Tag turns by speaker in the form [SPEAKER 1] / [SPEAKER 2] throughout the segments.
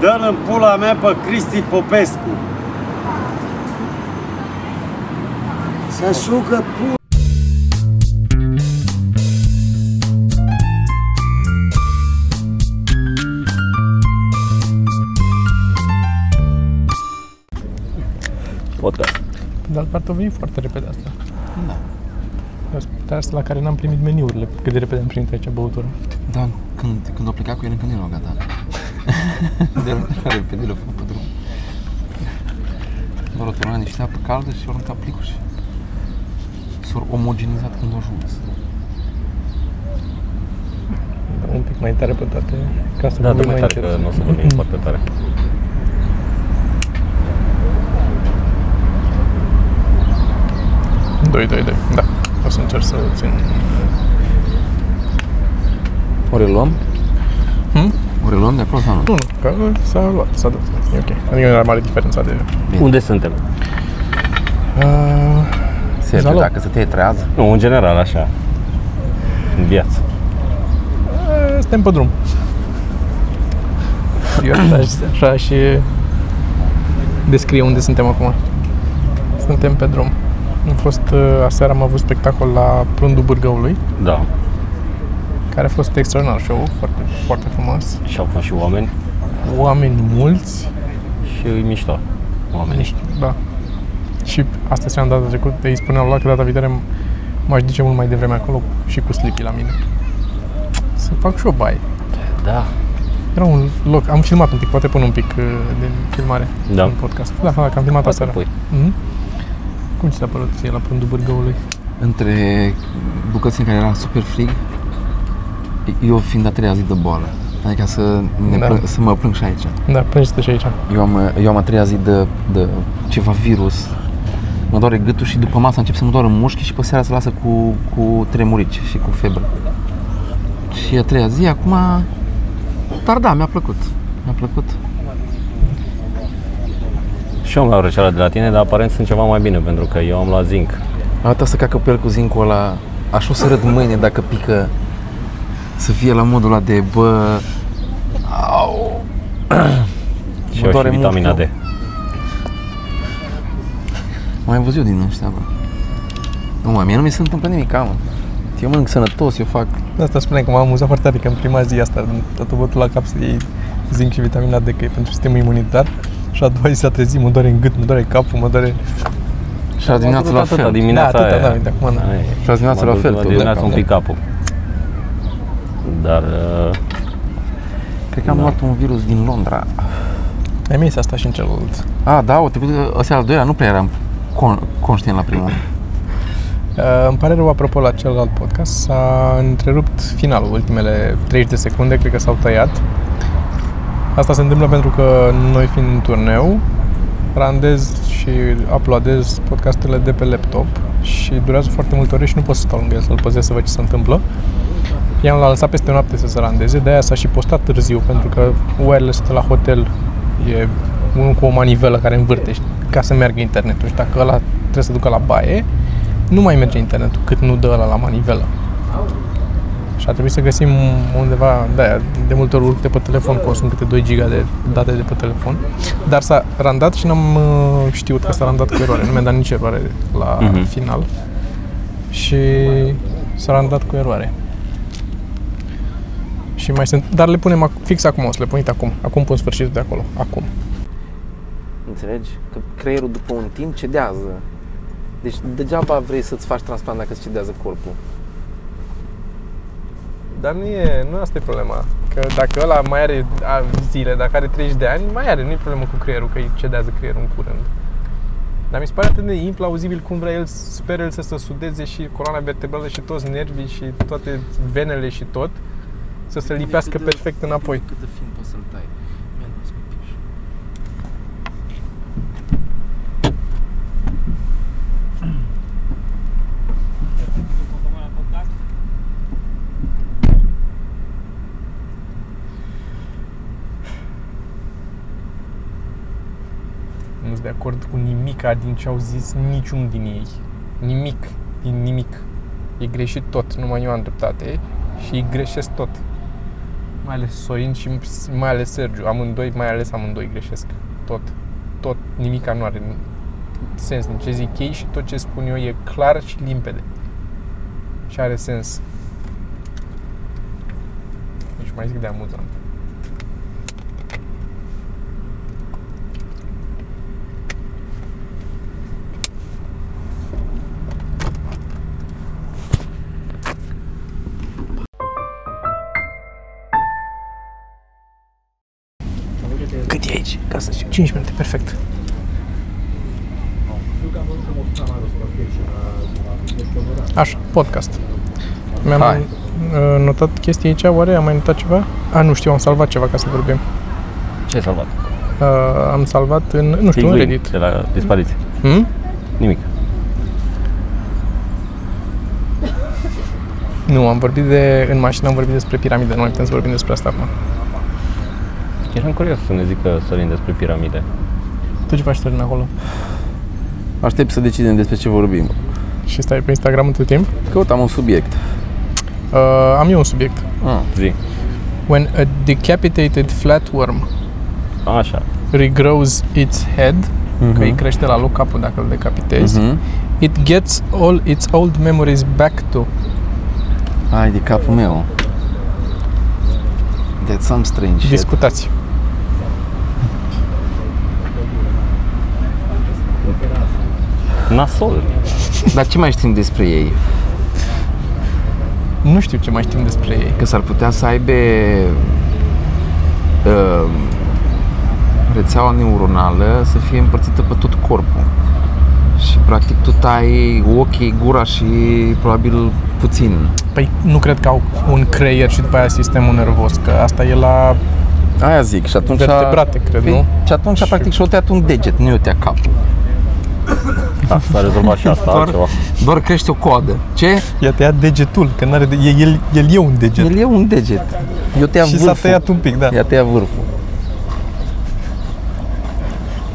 [SPEAKER 1] Dă-l în pula mea pe Cristi Popescu.
[SPEAKER 2] Să sucă pu...
[SPEAKER 3] podcast.
[SPEAKER 4] Dar ar trebui foarte repede asta. Da. Dar asta la care n-am primit meniurile, cât de repede am primit aici băutură.
[SPEAKER 3] Da, când, când o pleca cu el încă nu erau gata. de repede, repede le-a făcut pe drum. Doar o turnat niște apă caldă și au aruncat plicuri și s-au omogenizat când au ajuns.
[SPEAKER 4] Un pic mai tare pe toate, ca să
[SPEAKER 5] Da, dă
[SPEAKER 4] vorbim
[SPEAKER 5] mai Mm. tare
[SPEAKER 4] încet.
[SPEAKER 5] că nu o să vorbim foarte tare.
[SPEAKER 4] Doi, doi, doi. Da. O să încerc să țin.
[SPEAKER 3] O reluăm?
[SPEAKER 4] Hmm?
[SPEAKER 3] O reluăm de acolo sau nu?
[SPEAKER 4] Nu, nu, că s-a luat, s-a dat. E ok. Adică nu era mare diferența de...
[SPEAKER 5] Unde suntem?
[SPEAKER 4] Uh,
[SPEAKER 3] Sergiu,
[SPEAKER 4] Zalo.
[SPEAKER 3] dacă să te trează,
[SPEAKER 5] Nu, în general, așa. În viață.
[SPEAKER 4] Eh, suntem pe drum. Eu așa, așa și descrie unde suntem acum. Suntem pe drum. Am fost, uh, aseară am avut spectacol la Prundul Bârgăului.
[SPEAKER 5] Da.
[SPEAKER 4] care a fost extraordinar show, foarte, foarte frumos.
[SPEAKER 5] Și au fost și oameni
[SPEAKER 4] Oameni mulți,
[SPEAKER 5] și e mișto. Oamenii.
[SPEAKER 4] da. Și asta spuneam data trecută, îi spuneam la că data viitoare m- m-aș duce mult mai devreme acolo și cu Sleepy la mine. Să fac și o baie.
[SPEAKER 5] Da.
[SPEAKER 4] Era un loc, am filmat un pic, poate pun un pic uh, de filmare
[SPEAKER 5] Da.
[SPEAKER 4] în podcast. Da, da, că am filmat
[SPEAKER 5] Poate
[SPEAKER 4] aseară.
[SPEAKER 5] pui.
[SPEAKER 4] Mhm. Cum ți s-a părut ție la prândul Bârgăului?
[SPEAKER 3] între bucății în care era super frig, eu fiind a treia zi de boală. Adică să,
[SPEAKER 4] Da.
[SPEAKER 3] ne da. plâng, să mă plâng și aici.
[SPEAKER 4] Da, plângeți și aici.
[SPEAKER 3] Eu am, eu am a treia zi de, de ceva virus. Mă doare gâtul și după masă încep să mă doară mușchii și pe seara se lasă cu, cu tremurici și cu febră. Și e a treia zi, acum... Dar da, mi-a plăcut. Mi-a plăcut.
[SPEAKER 5] Și eu am luat răceala de la tine, dar aparent sunt ceva mai bine, pentru că eu am luat zinc.
[SPEAKER 3] Am uitat să cacă pe el cu zincul ăla. Așa o să râd mâine dacă pică. Să fie la modul ăla de, bă... Au!
[SPEAKER 5] Și
[SPEAKER 3] Mă
[SPEAKER 5] eu și
[SPEAKER 3] doare
[SPEAKER 5] vitamina D.
[SPEAKER 3] mult, Mai văzut eu din ăștia, bă. Nu, mă, mie nu mi se întâmplă nimic, am. Eu mănânc sănătos, eu fac
[SPEAKER 4] De asta spuneam că m-am amuzat foarte tare că în prima zi asta, toată bătul la cap să iei zinc și vitamina D, că e pentru sistemul imunitar. Și a doua zi s-a trezit, mă doare în gât, mă doare capul, mă doare...
[SPEAKER 3] Și azi dimineața la
[SPEAKER 5] Atâta
[SPEAKER 3] fel. Din...
[SPEAKER 5] dimineața
[SPEAKER 4] da, atâta,
[SPEAKER 5] aia.
[SPEAKER 4] da, uite, acum da.
[SPEAKER 5] Aia e.
[SPEAKER 3] Și azi dimineața
[SPEAKER 5] M-a
[SPEAKER 3] la
[SPEAKER 5] dus
[SPEAKER 3] fel.
[SPEAKER 5] la
[SPEAKER 3] tot,
[SPEAKER 5] dimineață
[SPEAKER 3] da,
[SPEAKER 5] un
[SPEAKER 3] da.
[SPEAKER 5] pic capul. Dar uh,
[SPEAKER 3] Cred că am
[SPEAKER 5] Da.
[SPEAKER 3] luat un virus din Londra.
[SPEAKER 4] Ai mers asta și în celălalt.
[SPEAKER 3] A, da, o trecut ăsta al doilea, nu prea eram con- conștient la primul.
[SPEAKER 4] Uh, îmi pare rău, apropo, la celălalt podcast, s-a întrerupt finalul, ultimele 30 de secunde, cred că s-au tăiat. Asta se întâmplă pentru că noi fiind în turneu, randez și uploadez podcastele de pe laptop și durează foarte multe ore și nu pot să stau lângă el să-l păzesc să văd ce se întâmplă. I-am lansat peste noapte să se randeze, de-aia s-a și postat târziu, pentru că wireless de la hotel e unul cu o manivelă care învârte și- ca să meargă internetul și dacă ăla trebuie să ducă la baie, nu mai merge internetul cât nu dă ăla la manivelă. Și a trebuit să găsim undeva, da, de multe ori urc de pe telefon, consum câte 2 giga de date de pe telefon. Dar s-a randat și n-am uh, știut că s-a randat cu eroare, nu mi-a dat nici eroare la
[SPEAKER 5] Mhm.
[SPEAKER 4] final. Și s-a randat cu eroare. Și mai sunt, dar le punem ac- fix acum, o să le pun uite acum. Acum pun sfârșitul de acolo, acum.
[SPEAKER 3] Înțelegi? Că creierul după un timp cedează. Deci degeaba vrei să-ți faci transplant dacă îți cedează corpul.
[SPEAKER 4] Dar nu e, nu asta e problema. Că dacă ăla mai are a, zile, dacă are 30 de ani, mai are, nu e problemă cu creierul, că îi cedează creierul în curând. Dar mi se pare atât de implauzibil cum vrea el, speră el să se sudeze și coloana vertebrală și toți nervii și toate venele și tot, să se lipească perfect înapoi.
[SPEAKER 3] Cât de fin poți să-l tai. Man, nu-ți piși.
[SPEAKER 4] Nu sunt de acord cu nimica din ce au zis niciun din ei. Nimic din nimic. E greșit tot, numai eu am dreptate și îi greșesc tot. mai ales Sorin și mai ales Sergiu. Amândoi, mai ales amândoi greșesc. Tot, tot, nimica nu are sens din ce zic ei și tot ce spun eu e clar și limpede. Și are sens. Deci mai zic de amuzant. Cât e aici? Ca să știu. 5 minute, perfect. Așa, podcast. Mi-am
[SPEAKER 3] Hai.
[SPEAKER 4] uh, notat chestii aici, oare? Am mai notat ceva? A, nu știu, am salvat ceva ca să vorbim.
[SPEAKER 5] Ce ai salvat?
[SPEAKER 4] Uh, am salvat în, nu știu, în
[SPEAKER 5] Pinguini
[SPEAKER 4] Reddit.
[SPEAKER 5] De la dispariție.
[SPEAKER 4] Hmm?
[SPEAKER 5] Nimic.
[SPEAKER 4] Nu, am vorbit de, în mașină am vorbit despre piramide, nu mai putem să vorbim despre asta acum.
[SPEAKER 5] Eram curios să ne zică Sorin despre piramide.
[SPEAKER 4] Tu ce faci, Sorin, acolo?
[SPEAKER 3] Aștept să decidem despre ce vorbim.
[SPEAKER 4] Și stai pe Instagram tot timp?
[SPEAKER 3] Căutam un subiect.
[SPEAKER 4] Uh, am eu un subiect.
[SPEAKER 3] Ah.
[SPEAKER 5] Zi.
[SPEAKER 4] When a decapitated flatworm
[SPEAKER 5] Așa.
[SPEAKER 4] regrows its head, uh-huh. că îi
[SPEAKER 3] Mhm.
[SPEAKER 4] crește la loc capul dacă îl decapitezi, uh-huh.
[SPEAKER 3] Mhm.
[SPEAKER 4] it gets all its old memories back to.
[SPEAKER 3] Ai de capul meu. That's some strange shit.
[SPEAKER 4] Discutați.
[SPEAKER 5] Nasol.
[SPEAKER 3] Dar ce mai știm despre ei?
[SPEAKER 4] Nu știu ce mai știm despre ei.
[SPEAKER 3] Că s-ar putea să aibă uh, rețeaua neuronală să fie împărțită pe tot corpul. Și practic tu tai ochii, gura și probabil puțin.
[SPEAKER 4] Păi nu cred că au un creier și după aia sistemul nervos, că asta e la
[SPEAKER 3] Aia zic și atunci... Păi,
[SPEAKER 4] vertebrate, cred, nu?
[SPEAKER 3] Și atunci
[SPEAKER 4] Și-
[SPEAKER 3] practic și-o tăiat un deget, nu i-o tăia capul.
[SPEAKER 5] Da, s-a rezolvat și asta,
[SPEAKER 4] Doar-
[SPEAKER 5] altceva.
[SPEAKER 3] Doar crește o coadă. Ce?
[SPEAKER 4] I-a tăiat degetul, că n-are de... e- el, el e un deget.
[SPEAKER 3] El e un deget. Eu tăia
[SPEAKER 4] și
[SPEAKER 3] vârful.
[SPEAKER 4] s-a tăiat un pic, da.
[SPEAKER 3] I-a tăiat vârful.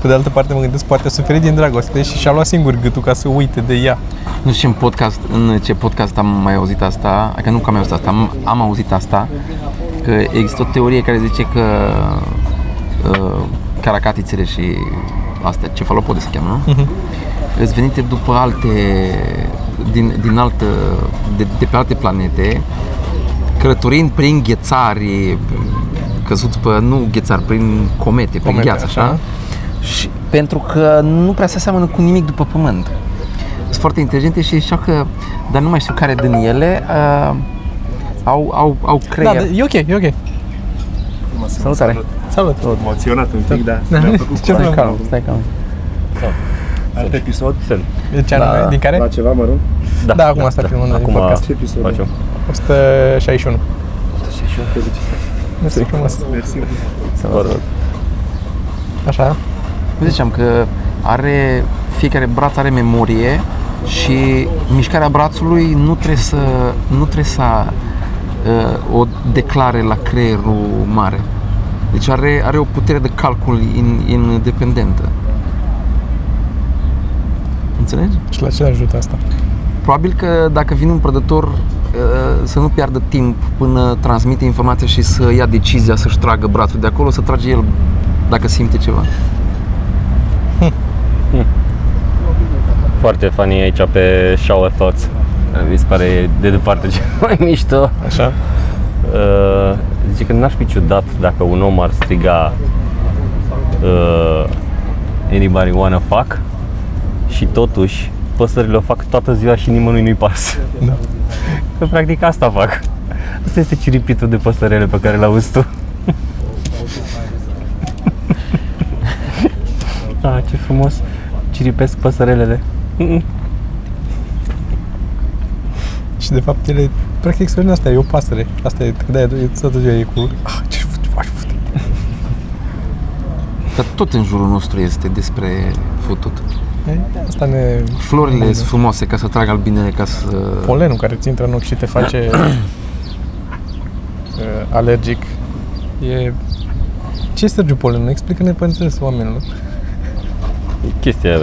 [SPEAKER 4] Pe de altă parte mă gândesc, poate a suferit din dragoste și și-a luat singur gâtul ca să uite de ea.
[SPEAKER 3] Nu știu în, podcast, în ce podcast am mai auzit asta, adică nu că am mai auzit asta, am, am auzit asta, că există o teorie care zice că uh, caracatițele și astea, cefalopode se cheamă, nu? Îți venite după alte, din, din altă, de, de pe alte planete, călătorind prin ghețari, căzuți pe, nu ghețari, prin comete, prin
[SPEAKER 4] Comete,
[SPEAKER 3] gheață, așa?
[SPEAKER 4] așa.
[SPEAKER 3] Și pentru că nu prea se seamănă cu nimic după pământ. Sunt foarte inteligente și știu că, dar nu mai știu care din ele, uh, au, au, au
[SPEAKER 4] Da,
[SPEAKER 3] creier.
[SPEAKER 4] da, e ok, e ok.
[SPEAKER 3] Salutare!
[SPEAKER 4] Salut!
[SPEAKER 1] Emoționat un pic, da.
[SPEAKER 4] Da.
[SPEAKER 1] Mi-a plăcut
[SPEAKER 4] Ce
[SPEAKER 1] curaj.
[SPEAKER 4] vreau?
[SPEAKER 3] Calm, stai calm.
[SPEAKER 1] Alt episod?
[SPEAKER 4] De ce Ah, anume?
[SPEAKER 3] Da, da.
[SPEAKER 4] Deci, Din care?
[SPEAKER 2] La ceva mărunt?
[SPEAKER 4] Da, acum asta filmăm din
[SPEAKER 5] Acum
[SPEAKER 4] podcast.
[SPEAKER 2] Ce episod?
[SPEAKER 5] facem.
[SPEAKER 4] 161.
[SPEAKER 2] Felicitări.
[SPEAKER 4] Mersi frumos.
[SPEAKER 2] Mersi.
[SPEAKER 4] Așa.
[SPEAKER 3] Nu ziceam că are, fiecare braț are memorie și mișcarea brațului nu trebuie să, nu trebuie să uh, o declare la creierul mare. Deci are, are o putere de calcul in, independentă. Înțelegi?
[SPEAKER 4] Și la ce ajută asta?
[SPEAKER 3] Probabil că dacă vine un prădător uh, să nu piardă timp până transmite informația și să ia decizia să-și tragă brațul de acolo, să trage el dacă simte ceva.
[SPEAKER 5] Foarte funny aici pe Shower Thoughts. Mi se pare de departe cel mai mișto.
[SPEAKER 4] Așa.
[SPEAKER 5] Uh, zice că n-aș fi ciudat dacă un om ar striga uh, Anybody wanna fuck? Și totuși, păsările o fac toată ziua și nimănui nu-i pas.
[SPEAKER 4] Da.
[SPEAKER 5] Că practic asta fac. Asta este ciripitul de păsărele pe care l-auzi tu. ah, ce frumos. Ciripesc păsărelele.
[SPEAKER 4] Și de fapt ele, practic, sunt asta, e o pasăre. Asta e, de e toată ziua e cu... Ah, ce fut, ce faci, fut.
[SPEAKER 3] Dar tot în jurul nostru este despre futut.
[SPEAKER 4] E, Asta ne...
[SPEAKER 3] Florile sunt frumoase ca să tragă albinele, ca să...
[SPEAKER 4] Polenul care ți intră în ochi și te face uh, alergic. E... Ce e Sergiu Polenul? Explică-ne pe înțeles oamenilor.
[SPEAKER 5] Chestia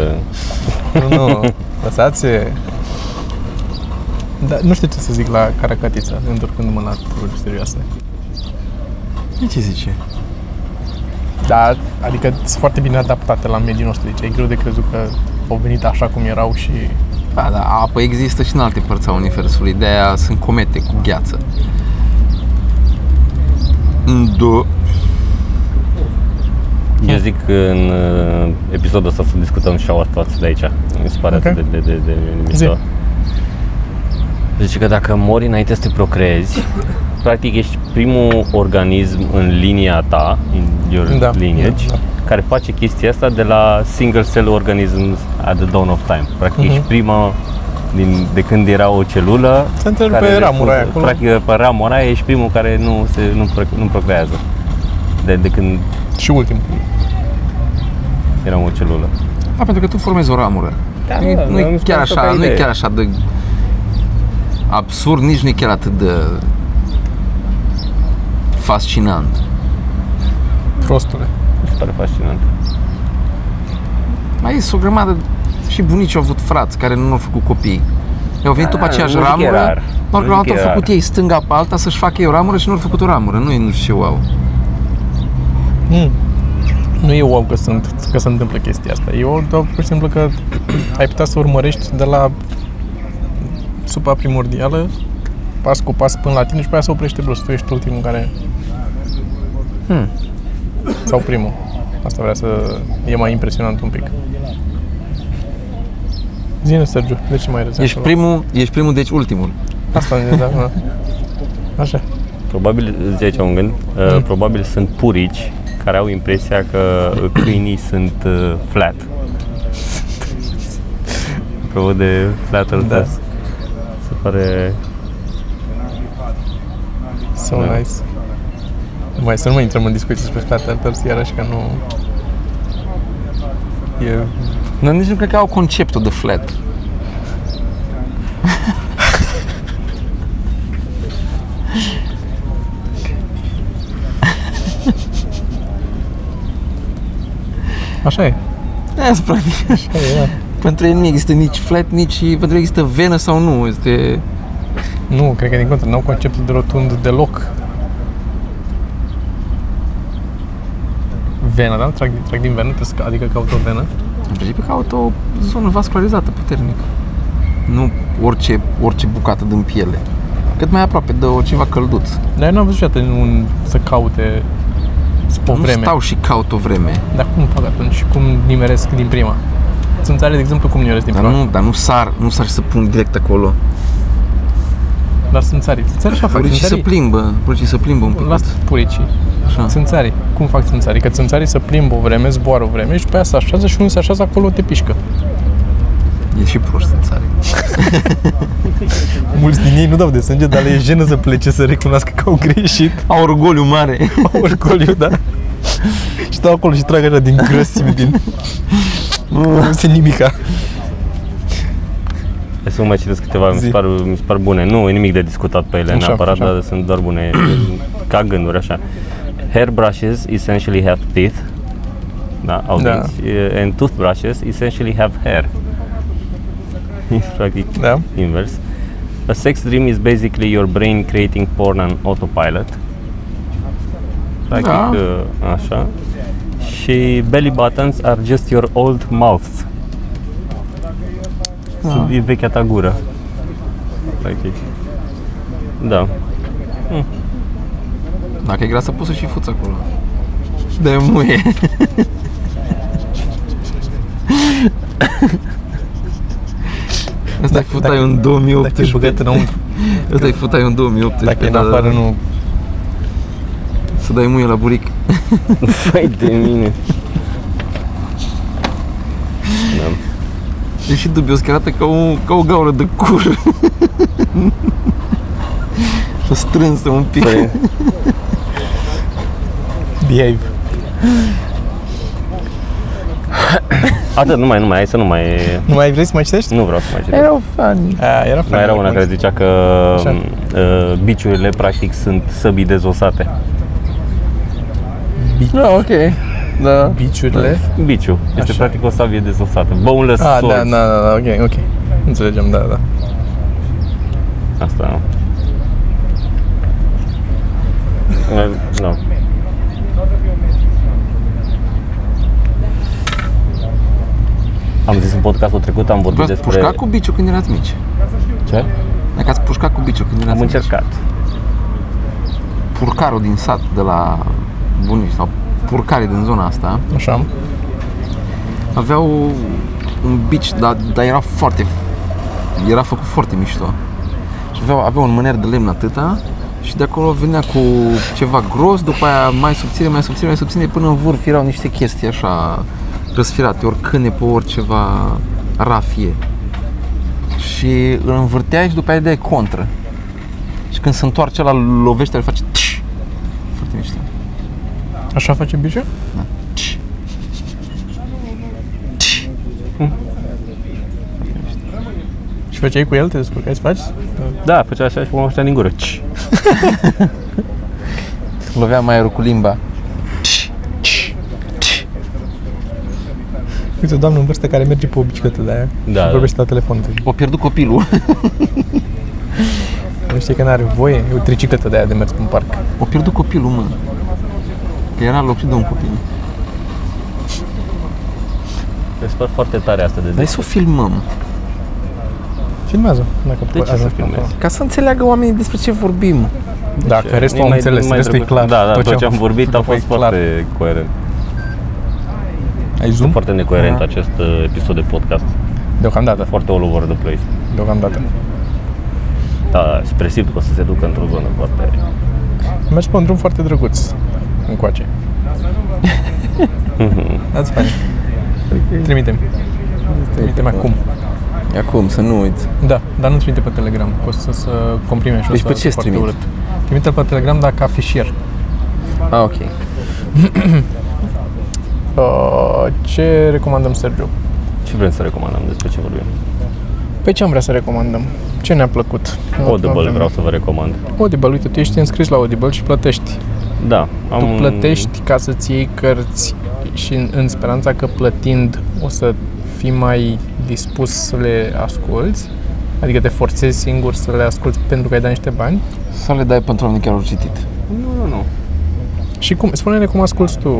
[SPEAKER 4] Nu, nu, lăsați da, nu știu ce să zic la caracatița, întorcându-mă la lucruri serioase.
[SPEAKER 3] De ce zice?
[SPEAKER 4] Dar, adică, sunt foarte bine adaptate la mediul nostru, deci e greu de crezut că au venit așa cum erau și...
[SPEAKER 3] Da, da, apă există și în alte părți a Universului, de aia sunt comete cu gheață. Da.
[SPEAKER 5] Eu zic că în uh, episodul ăsta să discutăm și o față de aici. Mi se pare
[SPEAKER 4] Ok.
[SPEAKER 5] atât de, de, de, de mișto. Zice că dacă mori înainte să te procreezi, practic ești primul organism în linia ta, in your
[SPEAKER 4] Da,
[SPEAKER 5] lineage,
[SPEAKER 4] da, da.
[SPEAKER 5] care face chestia asta de la single cell organisms at the dawn of time. Practic ești prima din, de când era o celulă
[SPEAKER 4] Mhm. Se întrerupe
[SPEAKER 5] care
[SPEAKER 4] ramura aia
[SPEAKER 5] refuză-
[SPEAKER 4] acolo.
[SPEAKER 5] Practic pe ramura aia ești primul care nu, se, nu, proc- nu procrează. De, de când
[SPEAKER 4] Și ultimul.
[SPEAKER 5] eram o celulă.
[SPEAKER 3] A, pentru că tu formezi o ramură.
[SPEAKER 5] Da,
[SPEAKER 3] nu,
[SPEAKER 5] da,
[SPEAKER 3] e- nu
[SPEAKER 5] mi
[SPEAKER 3] e
[SPEAKER 5] se
[SPEAKER 3] chiar
[SPEAKER 5] pare așa
[SPEAKER 3] așa,
[SPEAKER 5] ca
[SPEAKER 3] nu e
[SPEAKER 5] idee.
[SPEAKER 3] chiar așa de absurd, nici nu e chiar atât de fascinant.
[SPEAKER 4] Prostule.
[SPEAKER 5] Mi se pare fascinant.
[SPEAKER 3] Mai e o grămadă și bunicii au avut frați care nu au făcut copii. Au venit după
[SPEAKER 5] Da,
[SPEAKER 3] aceeași
[SPEAKER 5] nu zic e
[SPEAKER 3] ramură,
[SPEAKER 5] rar.
[SPEAKER 3] doar că
[SPEAKER 5] Nu
[SPEAKER 3] la
[SPEAKER 5] zic
[SPEAKER 3] altă
[SPEAKER 5] e
[SPEAKER 3] au
[SPEAKER 5] rar.
[SPEAKER 3] făcut ei stânga pe alta să-și facă ei o ramură și nu au făcut o ramură. Nu e nu știu wow. Hmm.
[SPEAKER 4] Mm. Nu e wow că, sunt, că se întâmplă chestia asta. E wow, doar pur și simplu că ai putea să urmărești de la supa primordială, pas cu pas până la tine și pe aia se oprește brusc. Tu ești ultimul care...
[SPEAKER 3] Hmm.
[SPEAKER 4] Sau primul. Asta vrea să e mai impresionant un pic. Zine, Sergiu, de ce mai
[SPEAKER 5] Da,
[SPEAKER 4] râzi
[SPEAKER 3] Ești
[SPEAKER 4] acolo?
[SPEAKER 3] primul, ești primul, deci ultimul.
[SPEAKER 4] Asta ne da, da. Așa.
[SPEAKER 5] Probabil, îți aici un gând, uh, probabil sunt purici care au impresia că câinii sunt uh, flat. Apropo de flat earthers.
[SPEAKER 4] Da.
[SPEAKER 5] Se pare...
[SPEAKER 4] So
[SPEAKER 5] Da.
[SPEAKER 4] nice. Vai, să nu mai intrăm în discuții despre Flat Earthers, iarăși că nu... E...
[SPEAKER 3] Dar nici nu cred că au conceptul de flat.
[SPEAKER 4] Așa e.
[SPEAKER 5] Da,
[SPEAKER 3] Aia sunt practic.
[SPEAKER 4] Așa e, da.
[SPEAKER 3] Pentru ei nu există nici flat, nici pentru ei există venă sau nu. Este...
[SPEAKER 4] Nu, cred că din contră, n-au conceptul de rotund deloc. Vena, da? Trag, trag din venă, trebuie să- adică caut o venă.
[SPEAKER 3] În principiu caut o zonă vascularizată puternică. Nu orice, orice bucată din piele. Cât mai aproape de o ceva călduț.
[SPEAKER 4] Dar eu n-am văzut niciodată un să caute o
[SPEAKER 3] Nu
[SPEAKER 4] vreme.
[SPEAKER 3] stau și caut o vreme.
[SPEAKER 4] Dar cum fac atunci? Cum nimeresc din prima? Să înțeleg, de exemplu, cum nimeresc din
[SPEAKER 3] Dar
[SPEAKER 4] prima.
[SPEAKER 3] nu, dar nu sar, nu sar și să pun direct acolo.
[SPEAKER 4] Dar sunt țarii. Țarii așa fac.
[SPEAKER 3] Puricii să
[SPEAKER 4] țarii-
[SPEAKER 3] plimbă, puricii să plimbă un pic.
[SPEAKER 4] Las puricii.
[SPEAKER 3] Așa.
[SPEAKER 4] Țânțarii. Cum fac țânțarii? Că țânțarii se plimbă o vreme, zboară o vreme și pe aia se așează și unul se așează acolo te pișcă.
[SPEAKER 3] E și prost în țară.
[SPEAKER 4] Mulți din ei nu dau de sânge, dar le e jenă să plece să recunoască că au greșit,
[SPEAKER 3] Au orgoliu mare.
[SPEAKER 4] au orgoliu, da? și stau acolo și trag așa din grăsimi, din... nu se nimica.
[SPEAKER 5] Hai să mă mai citesc câteva, mi se,
[SPEAKER 4] Zi.
[SPEAKER 5] par, mi se par bune. Nu e nimic de discutat pe ele
[SPEAKER 4] Așa,
[SPEAKER 5] neapărat,
[SPEAKER 4] așa.
[SPEAKER 5] dar sunt doar bune ca gânduri, așa. Hairbrushes essentially have teeth. Da, au
[SPEAKER 4] Da.
[SPEAKER 5] dinți. Eh, And toothbrushes essentially have hair. Practic,
[SPEAKER 4] Da.
[SPEAKER 5] Invers. A sex dream is basically your brain creating porn on autopilot. Practic,
[SPEAKER 3] Da.
[SPEAKER 5] uh, așa. Și belly buttons are just your old mouths. Sunt E vechea ta gură. Practic. Da.
[SPEAKER 3] Dacă e grasă, poți să și fuți acolo. De muie. Asta e futai
[SPEAKER 4] Dacă
[SPEAKER 3] în
[SPEAKER 4] e
[SPEAKER 3] 2018.
[SPEAKER 4] băgat înăuntru,
[SPEAKER 3] Ăsta e futai în 2018.
[SPEAKER 4] dacă e în
[SPEAKER 3] da, da,
[SPEAKER 4] afară,
[SPEAKER 3] da.
[SPEAKER 4] nu...
[SPEAKER 3] Să dai muie la buric.
[SPEAKER 5] Fai de mine. Da.
[SPEAKER 3] E și dubios că arată ca o, ca o gaură de cur. Și strânsă un pic.
[SPEAKER 5] Păi,
[SPEAKER 4] Behave.
[SPEAKER 5] Atât, nu mai, nu mai, hai să nu mai...
[SPEAKER 4] Nu mai vrei să mai citești?
[SPEAKER 5] Nu vreau să mai citesc.
[SPEAKER 4] Erau fani. A, era fani.
[SPEAKER 5] Mai era una care zicea că
[SPEAKER 4] Așa.
[SPEAKER 5] uh, biciurile practic sunt săbii dezosate.
[SPEAKER 4] Ah,
[SPEAKER 3] Da, ok. Da.
[SPEAKER 4] Biciurile.
[SPEAKER 5] Biciu. Este
[SPEAKER 4] Așa.
[SPEAKER 5] practic o savie dezosată. Boneless
[SPEAKER 4] A, da, da,
[SPEAKER 5] swords.
[SPEAKER 4] da, da, ok, ok. Înțelegem, da, da.
[SPEAKER 5] Asta nu. Eh, Nu. Am zis în podcastul trecut, am vorbit
[SPEAKER 3] V-ați
[SPEAKER 5] despre...
[SPEAKER 3] pușcat cu biciu când erați mici?
[SPEAKER 5] Ce?
[SPEAKER 3] Dacă ați pușcat cu biciu când erați
[SPEAKER 5] Am
[SPEAKER 3] mici?
[SPEAKER 5] încercat.
[SPEAKER 3] Purcarul din sat de la bunici sau purcare din zona asta
[SPEAKER 4] Așa.
[SPEAKER 3] aveau un bici, dar, dar era foarte, era făcut foarte mișto. Și aveau, aveau un mâner de lemn atâta și de acolo venea cu ceva gros, după aia mai subțire, mai subțire, mai subțire, până în vârf erau niște chestii așa răsfirate, ori cânepe, ori ceva rafie. Și îl învârteai și după aia de contră. Și când se întoarce la lovește, îl face tș. Foarte mișto.
[SPEAKER 4] Așa face biciu?
[SPEAKER 5] Da.
[SPEAKER 3] Tș.
[SPEAKER 4] Și făceai cu el, te descurcai să faci?
[SPEAKER 5] Da, făcea așa și mă aștea din gură. Ci.
[SPEAKER 3] Loveam aerul cu limba.
[SPEAKER 4] Uite, o doamnă în vârstă care merge pe o bicicletă de aia
[SPEAKER 5] Da,
[SPEAKER 4] și
[SPEAKER 5] da.
[SPEAKER 4] vorbește la telefon.
[SPEAKER 3] O pierdut copilul.
[SPEAKER 4] Nu știe că n-are voie, e o tricicletă de aia de mers în parc.
[SPEAKER 3] O pierdut copilul, mă. Că era loc și de un copil.
[SPEAKER 5] Te spăr foarte tare asta de
[SPEAKER 3] Hai
[SPEAKER 5] zis.
[SPEAKER 3] să o filmăm,
[SPEAKER 4] Filmează, dacă
[SPEAKER 5] De ce să
[SPEAKER 4] ajungi până
[SPEAKER 5] filmezi?
[SPEAKER 4] acolo.
[SPEAKER 3] ca să înțeleagă oamenii despre ce vorbim.
[SPEAKER 4] Dacă
[SPEAKER 5] Ce?
[SPEAKER 4] restul
[SPEAKER 5] Nu-i
[SPEAKER 4] am
[SPEAKER 5] mai-
[SPEAKER 4] înțeles,
[SPEAKER 5] nu-i mai
[SPEAKER 4] restul e
[SPEAKER 5] trebuie-
[SPEAKER 4] clar.
[SPEAKER 5] Da, da, tot ce am vorbit a
[SPEAKER 4] făcut
[SPEAKER 5] fost
[SPEAKER 4] e Păi, clar.
[SPEAKER 5] foarte coerent.
[SPEAKER 4] Ai zoom?
[SPEAKER 5] Foarte necoerent
[SPEAKER 4] Aha.
[SPEAKER 5] acest uh, episod de podcast.
[SPEAKER 4] Deocamdată,
[SPEAKER 5] Foarte all over the place.
[SPEAKER 4] deocamdată.
[SPEAKER 5] Da, spre simt că o să se ducă într-o zonă foarte...
[SPEAKER 4] Mergi pe un drum foarte drăguț încoace.
[SPEAKER 3] Mhm.
[SPEAKER 4] That's fine. Trimitem. Trimitem acum.
[SPEAKER 3] Acum, să nu uiți.
[SPEAKER 4] Da, dar nu trimite pe Telegram, că o să, să comprime și
[SPEAKER 3] Deci
[SPEAKER 4] o
[SPEAKER 3] pe
[SPEAKER 4] să
[SPEAKER 3] ce îți
[SPEAKER 4] foarte
[SPEAKER 3] trimit?
[SPEAKER 4] urât. Trimite-l pe Telegram, dar ca fișier.
[SPEAKER 3] Ah, ok.
[SPEAKER 4] Uh, ce recomandăm, Sergiu?
[SPEAKER 5] Ce vrem să recomandăm? Despre ce vorbim?
[SPEAKER 4] Pe ce am vrea să recomandăm? Ce ne-a plăcut?
[SPEAKER 5] Audible vreau să vă recomand.
[SPEAKER 4] Audible, uite, tu ești înscris la Audible și plătești.
[SPEAKER 5] Da, am...
[SPEAKER 4] Tu plătești ca să-ți iei cărți și în, în speranța că plătind o să fii mai dispus să le asculți, adică te forțezi singur să le asculți pentru că ai dat niște bani.
[SPEAKER 3] Sau le dai pentru oameni chiar au citit.
[SPEAKER 5] Nu, nu, nu.
[SPEAKER 4] Și cum, spune-ne cum asculți tu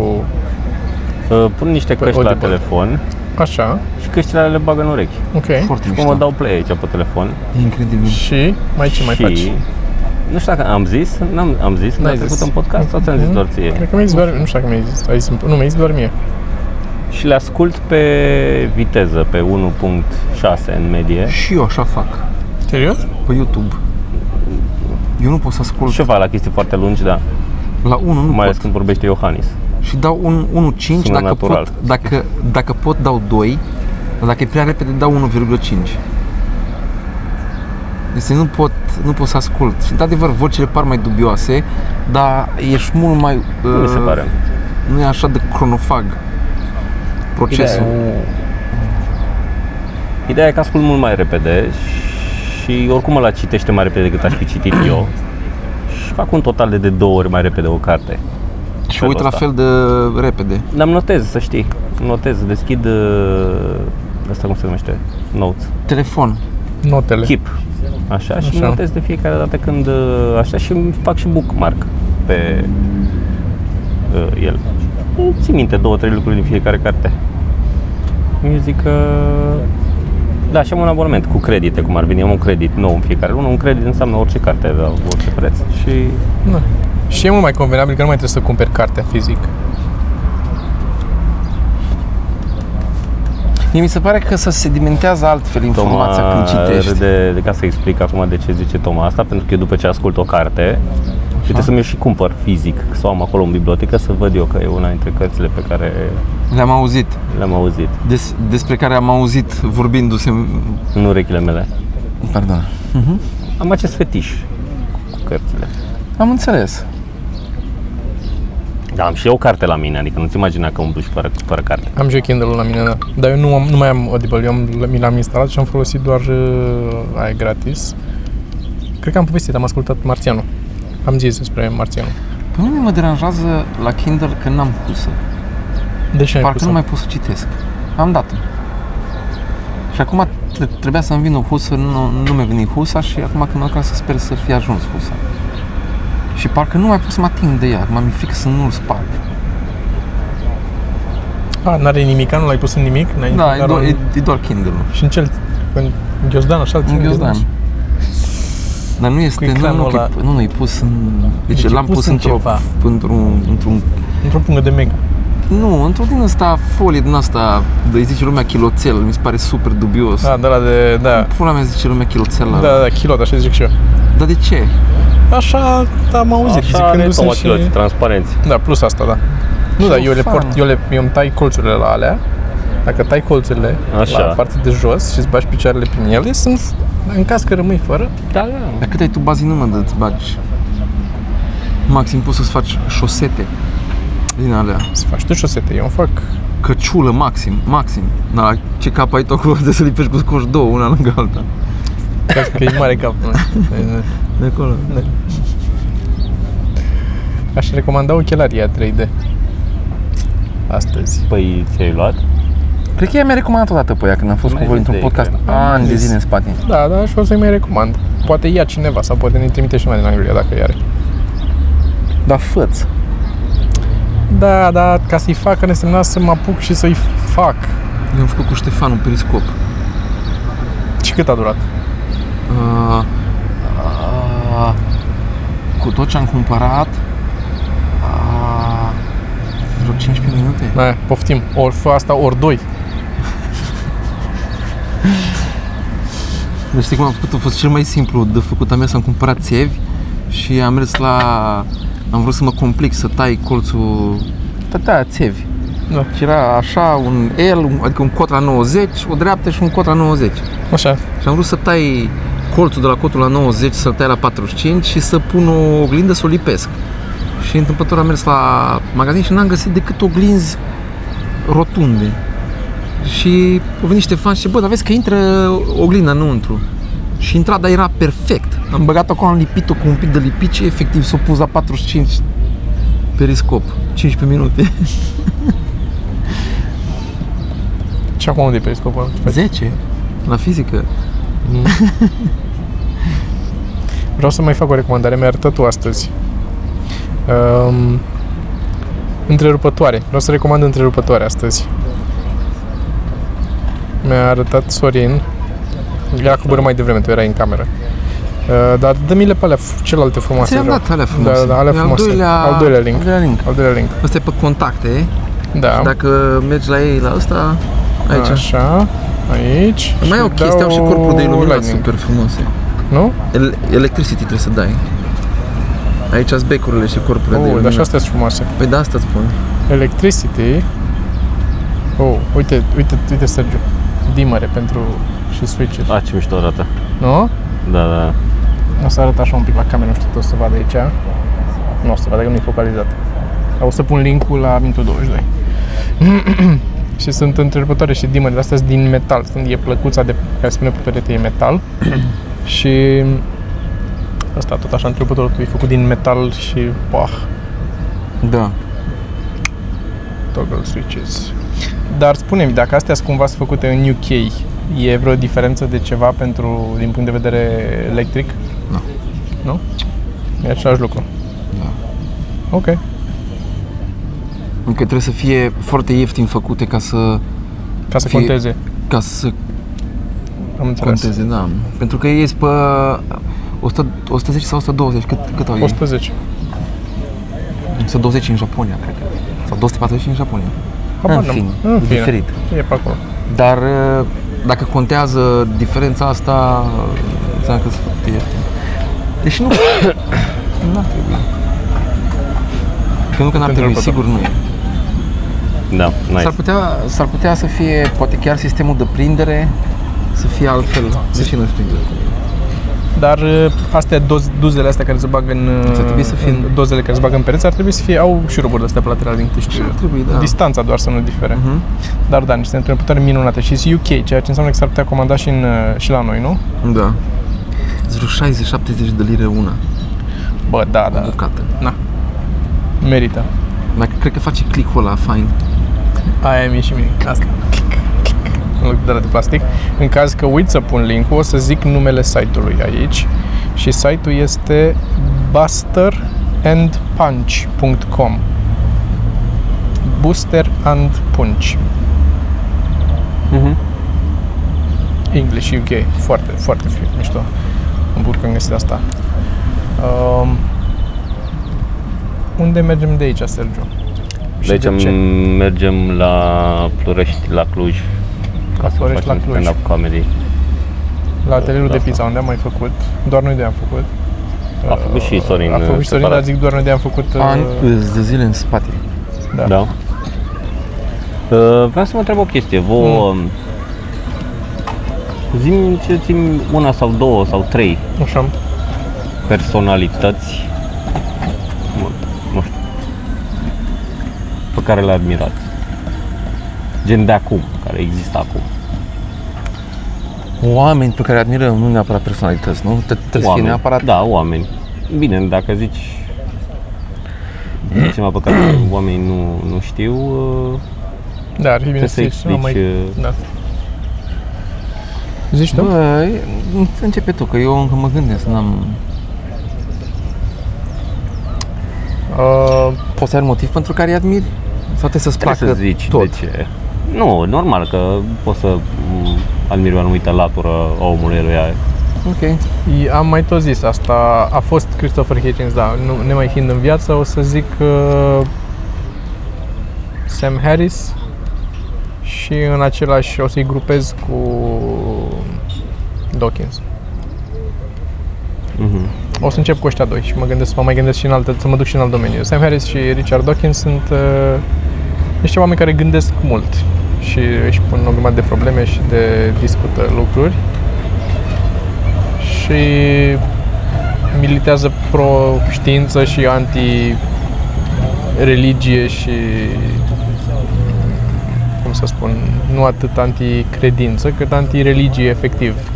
[SPEAKER 5] Uh, Pun niște căști la
[SPEAKER 4] Audible.
[SPEAKER 5] telefon
[SPEAKER 4] așa,
[SPEAKER 5] și căștile alea le bag în urechi.
[SPEAKER 4] ok,
[SPEAKER 3] Foarte
[SPEAKER 5] Cum mă
[SPEAKER 3] mișto.
[SPEAKER 5] dau play aici pe telefon
[SPEAKER 3] E incredibil.
[SPEAKER 4] și mai ce mai
[SPEAKER 5] și...
[SPEAKER 4] faci?
[SPEAKER 5] Nu știu dacă am zis, n-am am zis, n-am
[SPEAKER 4] N-ai
[SPEAKER 5] trecut
[SPEAKER 4] zis.
[SPEAKER 5] în podcast sau ți-am zis
[SPEAKER 4] Mhm.
[SPEAKER 5] doar ție.
[SPEAKER 4] Cred că mi-ai zis doar, nu știu dacă mi-ai zis, ai zis, nu, mi-ai zis doar mie.
[SPEAKER 5] Și le ascult pe viteză, pe 1.6 în medie.
[SPEAKER 3] Și eu așa fac.
[SPEAKER 4] Serios?
[SPEAKER 3] Pe YouTube. Eu nu pot să ascult.
[SPEAKER 5] Ceva la chestii foarte lungi, da.
[SPEAKER 3] La 1 nu
[SPEAKER 5] Mai ales
[SPEAKER 3] pot.
[SPEAKER 5] când vorbește Iohannis.
[SPEAKER 3] Și dau un 1.5
[SPEAKER 5] Sună
[SPEAKER 3] dacă
[SPEAKER 5] natural.
[SPEAKER 3] pot, dacă, dacă pot dau 2, dar dacă e prea repede dau 1.5. Deci nu pot, nu pot să ascult. Și de adevăr, vocile par mai dubioase, dar ești mult mai...
[SPEAKER 5] Nu mi se
[SPEAKER 3] uh,
[SPEAKER 4] Mm.
[SPEAKER 5] pare.
[SPEAKER 3] nu e așa de cronofag procesul.
[SPEAKER 5] Ideea Ideea e că ascult mult mai repede și oricum la citește mai repede decât aș fi citit eu. Și fac un total de de două ori mai repede o carte.
[SPEAKER 3] Și uit la
[SPEAKER 5] ăsta.
[SPEAKER 3] fel de repede.
[SPEAKER 5] Dar îmi notez, să știi. Îmi notez, deschid uh, asta cum se numește? Notes.
[SPEAKER 3] Telefon.
[SPEAKER 4] Notele.
[SPEAKER 5] Keep. Așa, și
[SPEAKER 4] Așa.
[SPEAKER 5] îmi notez de fiecare dată când uh, așa și îmi fac și bookmark pe uh, el. Ții minte două, trei lucruri din fiecare carte. Eu zic că... Da, și am un abonament cu credite, cum ar veni. Am un credit nou în fiecare lună. Un credit înseamnă orice carte, la orice preț. Și
[SPEAKER 4] Da. Și e mult mai convenabil că nu mai trebuie să cumperi cartea fizic.
[SPEAKER 3] Mie mi se pare că se sedimentează altfel informația
[SPEAKER 5] Toma
[SPEAKER 3] când citești.
[SPEAKER 5] râde de ca să explic acum de ce zice Toma asta, pentru că eu după ce ascult o carte, și trebuie să-mi și cumpăr fizic, să o am acolo în bibliotecă, să văd eu că e una dintre cărțile pe care
[SPEAKER 3] Le-am auzit.
[SPEAKER 5] le-am auzit
[SPEAKER 3] Des, despre care am auzit vorbindu-se...
[SPEAKER 5] în urechile mele.
[SPEAKER 3] Pardon.
[SPEAKER 5] Am acest fetiș cu cărțile.
[SPEAKER 3] Am înțeles.
[SPEAKER 5] Da, am și eu carte la mine, adică nu-ți imagina că umblu și fără, fără carte.
[SPEAKER 4] Am și eu Kindle-ul la mine, da. Dar eu nu, am, nu mai am Audible, eu am, mi l-am instalat și am folosit doar uh, aia gratis. Cred că am povestit, am ascultat Marțianu. Am zis despre Marțianu.
[SPEAKER 3] Pe mine mă deranjează la Kindle că n-am pusă.
[SPEAKER 4] De ce ai
[SPEAKER 3] Parcă
[SPEAKER 4] pus
[SPEAKER 3] nu mai pot să citesc. Am dat Și acum tre- trebuia să-mi vină husa, nu, nu mi-a venit husa și acum când mă duc acasă sper să fie ajuns husa. Și parcă nu mai pot să mă ating de ea, acum mi-e frică să nu-l spart.
[SPEAKER 4] A, Ah, n-are nimica, nu l-ai pus în nimic? n-ai
[SPEAKER 3] Da, e,
[SPEAKER 4] niciun
[SPEAKER 3] do-
[SPEAKER 4] dar-
[SPEAKER 3] e, e doar Kindle.
[SPEAKER 4] Și în cel... În ghiozdan, așa? deci, ține
[SPEAKER 3] Un ghiozdan.
[SPEAKER 4] și-
[SPEAKER 3] Dar nu este, nu,
[SPEAKER 4] ecranul
[SPEAKER 3] nu, că e-
[SPEAKER 4] ăla.
[SPEAKER 3] nu, nu, e pus în, deci,
[SPEAKER 4] Deci e
[SPEAKER 3] l-am
[SPEAKER 4] pus
[SPEAKER 3] pus,
[SPEAKER 4] în
[SPEAKER 3] într-o,
[SPEAKER 4] ceva.
[SPEAKER 3] într-un, într-un,
[SPEAKER 4] Într-o pungă de mega.
[SPEAKER 3] nu, într-un din asta folie din asta, de zice lumea chiloțel, mi se pare super dubios.
[SPEAKER 4] Da, de la de... Da.
[SPEAKER 3] Pula mea zice lumea chiloțel
[SPEAKER 4] Da,
[SPEAKER 3] ăla.
[SPEAKER 4] da, kilot, așa zic și eu.
[SPEAKER 3] Dar de ce?
[SPEAKER 4] Așa am auzit,
[SPEAKER 5] Așa
[SPEAKER 4] zic
[SPEAKER 5] are
[SPEAKER 4] când și...
[SPEAKER 5] tomatilor, transparenți.
[SPEAKER 4] Da, plus asta, da. Nu,
[SPEAKER 3] Ce
[SPEAKER 4] dar
[SPEAKER 3] o
[SPEAKER 4] eu le
[SPEAKER 3] fană.
[SPEAKER 4] port, eu le, eu îmi tai colțurile la alea. Dacă tai colțurile
[SPEAKER 5] Așa.
[SPEAKER 4] la partea de jos și îți bagi picioarele prin ele, sunt, în caz că rămâi fără,
[SPEAKER 5] Da, da.
[SPEAKER 3] Dar cât ai tu bazii numai de îți bagi? Maxim poți să-ți faci șosete din alea.
[SPEAKER 4] să faci tu șosete, eu îmi fac.
[SPEAKER 3] Căciulă maxim, maxim. Dar la ce cap ai tu acolo de să lipești cu scoși două, una lângă alta.
[SPEAKER 4] Cred că e mare cap.
[SPEAKER 3] De acolo.
[SPEAKER 4] Aș recomanda ochelarii a 3D. Astăzi.
[SPEAKER 5] Păi ți-ai luat?
[SPEAKER 3] Cred că ea mi-a recomandat odată pe ea când am fost
[SPEAKER 5] Mai
[SPEAKER 3] cu voi
[SPEAKER 5] zis
[SPEAKER 3] într-un
[SPEAKER 5] de ei,
[SPEAKER 3] podcast
[SPEAKER 5] cred.
[SPEAKER 3] ani de
[SPEAKER 4] zis.
[SPEAKER 3] zile în spate.
[SPEAKER 4] Da, da, și o să-i mai recomand. Poate ia cineva sau poate ne trimite și mai din Anglia dacă i-are.
[SPEAKER 3] Dar făț.
[SPEAKER 4] Da, da, ca să-i fac, ar însemna să mă apuc și să-i fac.
[SPEAKER 3] Eu am făcut cu Ștefan un periscop.
[SPEAKER 4] Și cât a durat?
[SPEAKER 3] Uh, uh, cu tot ce am cumpărat, uh, vreo 15 minute.
[SPEAKER 4] Da, poftim. Ori fă asta, ori doi.
[SPEAKER 3] Deci știi cum am făcut? A fost cel mai simplu de făcut. Am mers, am cumpărat țevi și am mers la... Am vrut să mă complic, să tai colțul... Da, da, țevi.
[SPEAKER 4] Da.
[SPEAKER 3] Și era așa un L, un- adică un cot la 90, o dreaptă și un cot la 90.
[SPEAKER 4] Așa.
[SPEAKER 3] Și am vrut să tai colțul de la cotul la 90, să-l tai la 45 și să pun o oglindă să o lipesc. Și întâmplător am mers la magazin și n-am găsit decât oglinzi rotunde. Și a venit Ștefan și zice, bă, dar vezi că intră oglinda înăuntru. Și intra, dar era perfect. Am băgat-o acolo, am lipit-o cu un pic de lipice, efectiv s-o pus la 45 periscop, 15 minute.
[SPEAKER 4] Și acum unde e periscopul ăla?
[SPEAKER 3] 10? La fizică?
[SPEAKER 4] Vreau să mai fac o recomandare, mi-a arătat tu astăzi. Um, întrerupătoare. Vreau să recomand întrerupătoare astăzi. Mi-a arătat Sorin. Era cu bără mai devreme, tu erai în cameră. Uh, dar dă-mi-le pe alea f- celelalte frumoase.
[SPEAKER 3] Ți-am
[SPEAKER 4] vreau.
[SPEAKER 3] dat alea frumoase.
[SPEAKER 4] Da, da, alea
[SPEAKER 3] E
[SPEAKER 4] frumoase.
[SPEAKER 3] Al doilea,
[SPEAKER 4] Al doilea link.
[SPEAKER 3] Al doilea link.
[SPEAKER 4] Al doilea link.
[SPEAKER 3] Asta e pe contacte,
[SPEAKER 4] Da.
[SPEAKER 3] Dacă mergi la ei la asta, aici. Așa.
[SPEAKER 4] Așa. Aici.
[SPEAKER 3] Mai e o
[SPEAKER 4] Și
[SPEAKER 3] chestie, au și
[SPEAKER 4] dau
[SPEAKER 3] corpuri de iluminat
[SPEAKER 4] lightning.
[SPEAKER 3] super frumoase.
[SPEAKER 4] Nu?
[SPEAKER 3] El- electricity trebuie să dai. Aici sunt becurile și corpurile de
[SPEAKER 4] Oh, dar
[SPEAKER 3] iluminat.
[SPEAKER 4] și astea sunt frumoase.
[SPEAKER 3] Păi de asta spun.
[SPEAKER 4] Electricity. Oh, uite, uite, uite Sergiu. Dimere pentru și switch
[SPEAKER 5] A, Ah, ce mișto arată.
[SPEAKER 4] Nu?
[SPEAKER 5] Da, da.
[SPEAKER 4] O să arăt așa un pic la cameră, nu știu tot să vadă aici. Nu o să vadă că nu e focalizat. Dar O să pun linkul la Mintu 22. și sunt întrerupătoare și dimere, astea sunt din metal. Sunt, e plăcuța de care se pune pe perete, e metal. și asta tot așa întrerupătorul e făcut din metal și pah,
[SPEAKER 3] Da.
[SPEAKER 4] toggle switches. Dar spune-mi, dacă astea sunt cumva sunt făcute în UK, e vreo diferență de ceva pentru, din punct de vedere electric?
[SPEAKER 3] Nu.
[SPEAKER 4] Nu? E același lucru.
[SPEAKER 3] Da.
[SPEAKER 4] Ok.
[SPEAKER 3] Adică trebuie să fie foarte ieftin făcute ca să
[SPEAKER 4] Ca să
[SPEAKER 3] Fie-
[SPEAKER 4] conteze.
[SPEAKER 3] ca să
[SPEAKER 4] Am înțeles.
[SPEAKER 3] conteze, da. Pentru că ei sunt pe 100, 110 sau 120, cât, cât au ei?
[SPEAKER 4] 110.
[SPEAKER 3] 120 în Japonia, cred că. Sau 240 în Japonia.
[SPEAKER 4] Habar
[SPEAKER 3] în
[SPEAKER 4] n-am.
[SPEAKER 3] fine,
[SPEAKER 4] În
[SPEAKER 3] e
[SPEAKER 4] fine.
[SPEAKER 3] diferit.
[SPEAKER 4] E pe acolo.
[SPEAKER 3] Dar uh, dacă contează diferența asta, uh, înseamnă că sunt foarte ieftin. Deși nu... nu ar trebui. Că nu că n-ar
[SPEAKER 4] Pentru
[SPEAKER 3] trebui,
[SPEAKER 4] că
[SPEAKER 3] sigur nu e.
[SPEAKER 5] Da,
[SPEAKER 3] S-ar
[SPEAKER 5] nice.
[SPEAKER 3] putea, s-ar putea să fie, poate chiar sistemul de prindere, să fie altfel. De ce Deci nu știu exact
[SPEAKER 4] Dar ă, astea, doz, duzele astea care se bagă în... uh,
[SPEAKER 3] Ar trebui să fie-
[SPEAKER 4] în- Dozele care se bagă în pereți ar trebui să fie... Au șuruburi de astea pe lateral din câte știu.
[SPEAKER 3] ar
[SPEAKER 4] eu.
[SPEAKER 3] trebui, da.
[SPEAKER 4] Distanța doar să nu difere.
[SPEAKER 3] Mhm.
[SPEAKER 4] Dar da, niște întreputări minunate și sunt UK, ceea ce înseamnă că s-ar putea comanda și, în, ă, și la noi, nu?
[SPEAKER 3] Da. Sunt vreo 60-70 de lire una,
[SPEAKER 4] Bă, da,
[SPEAKER 3] o
[SPEAKER 4] da,
[SPEAKER 3] bucată.
[SPEAKER 4] merită.
[SPEAKER 3] Dacă cred că face click-ul ăla, fain.
[SPEAKER 4] Aia mi și mie. Asta. În loc de la de plastic. În caz că uit să pun linkul, o să zic numele site-ului aici. Și site-ul este busterandpunch.com Booster and Punch. English UK, foarte, foarte fi- mișto. Mă bucur că am găsit asta. Um, unde mergem de aici, Sergiu? Și
[SPEAKER 5] De aici
[SPEAKER 4] de ce?
[SPEAKER 5] Deci mergem la Plorești, la Cluj. Ca să
[SPEAKER 4] Ploiești, la
[SPEAKER 5] facem
[SPEAKER 4] Cluj.
[SPEAKER 5] stand-up comedy.
[SPEAKER 4] La atelierul
[SPEAKER 5] la
[SPEAKER 4] de
[SPEAKER 5] asta.
[SPEAKER 4] pizza, unde am mai făcut. Doar noi doi am făcut.
[SPEAKER 5] A făcut și Sorin
[SPEAKER 4] Uh, A făcut și Sorin,
[SPEAKER 5] uh,
[SPEAKER 4] dar
[SPEAKER 5] separat.
[SPEAKER 4] zic doar noi doi am făcut...
[SPEAKER 3] Ani
[SPEAKER 4] uh,
[SPEAKER 3] de zile în spate.
[SPEAKER 4] da.
[SPEAKER 5] Da. Uh, vreau să mă întreb o chestie. Vă mm. zim ce țin una sau două sau trei
[SPEAKER 4] Așa.
[SPEAKER 5] personalități mă, nu știu, pe care le admirați. Gen de acum, care există acum.
[SPEAKER 3] Oameni pe care îi admirăm, nu neapărat personalități, nu? Tre- Trebuie să fie neapărat
[SPEAKER 5] Da, oameni. Bine, dacă zici ceva pe care oamenii nu, nu știu, uh,
[SPEAKER 4] Da, ar fi bine
[SPEAKER 5] Trebuie
[SPEAKER 4] să
[SPEAKER 5] să
[SPEAKER 4] zici.
[SPEAKER 5] explici, uh,
[SPEAKER 4] Da. Zici tu?
[SPEAKER 3] Bă, începe tu, că eu încă mă gândesc, n-am...
[SPEAKER 4] Uh,
[SPEAKER 3] Poți să ai un motiv pentru care îi admiri? Sau trebuie deci. să-ți placă
[SPEAKER 5] trebuie să zici
[SPEAKER 3] tot?
[SPEAKER 5] de ce. Nu, normal că poți să m, admiri o anumită latură a omului lui aia.
[SPEAKER 3] Ok.
[SPEAKER 4] I- Am mai tot zis asta, a fost Christopher Hitchens, da, nu, ne mai fiind în viață, o să zic uh, Sam Harris și în același o să-i grupez cu Dawkins.
[SPEAKER 3] Mhm.
[SPEAKER 5] Mm-hmm.
[SPEAKER 4] O să încep cu ăștia doi și mă gândesc, mă mai gândesc și în alte, să mă duc și în alt domeniu. Sam Harris și Richard Dawkins sunt uh, niște oameni care gândesc mult și își pun o grămadă de probleme și de discută lucruri și militează pro știință și anti religie și cum să spun, nu atât anti-credință, cât anti-religie efectiv.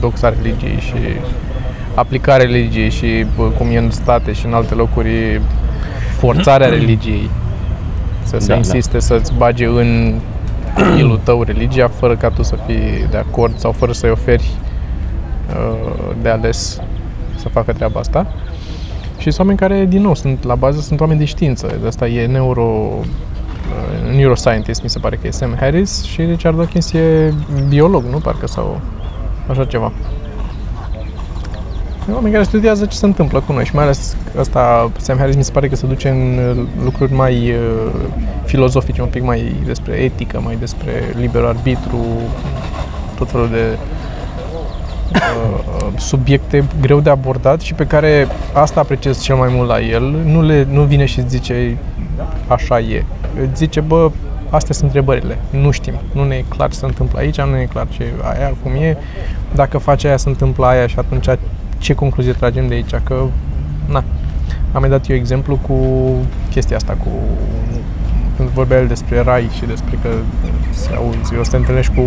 [SPEAKER 4] Doxa religiei și aplicarea religiei și bă, cum e în state și în alte locuri forțarea religiei să se
[SPEAKER 5] Da, da.
[SPEAKER 4] insiste să-ți bage în copilul tău religia fără ca tu să fii de acord sau fără să-i oferi uh, de ales să facă treaba asta. Și sunt oameni care, din nou, sunt la bază, sunt oameni de știință. De asta e neuro... uh, neuroscientist, mi se pare că e Sam Harris și Richard Dawkins e biolog, nu? Parcă sau așa ceva. E oameni care studiază ce se întâmplă cu noi și mai ales asta, Sam Harris mi se pare că se duce în uh, lucruri mai uh, filozofice, un pic mai despre etică, mai despre liber arbitru, tot felul de uh, subiecte greu de abordat și pe care asta apreciez cel mai mult la el. Nu, le, nu vine și îți zice așa e. Îți zice, bă, astea sunt întrebările. Nu știm. Nu ne e clar ce se întâmplă aici, nu ne e clar ce e aia, cum e. Dacă faci aia, se întâmplă aia și atunci ce concluzie tragem de aici? Că, na, am mai dat eu exemplu cu chestia asta, cu când vorbea el despre rai și despre că se auzi, o să te întâlnești cu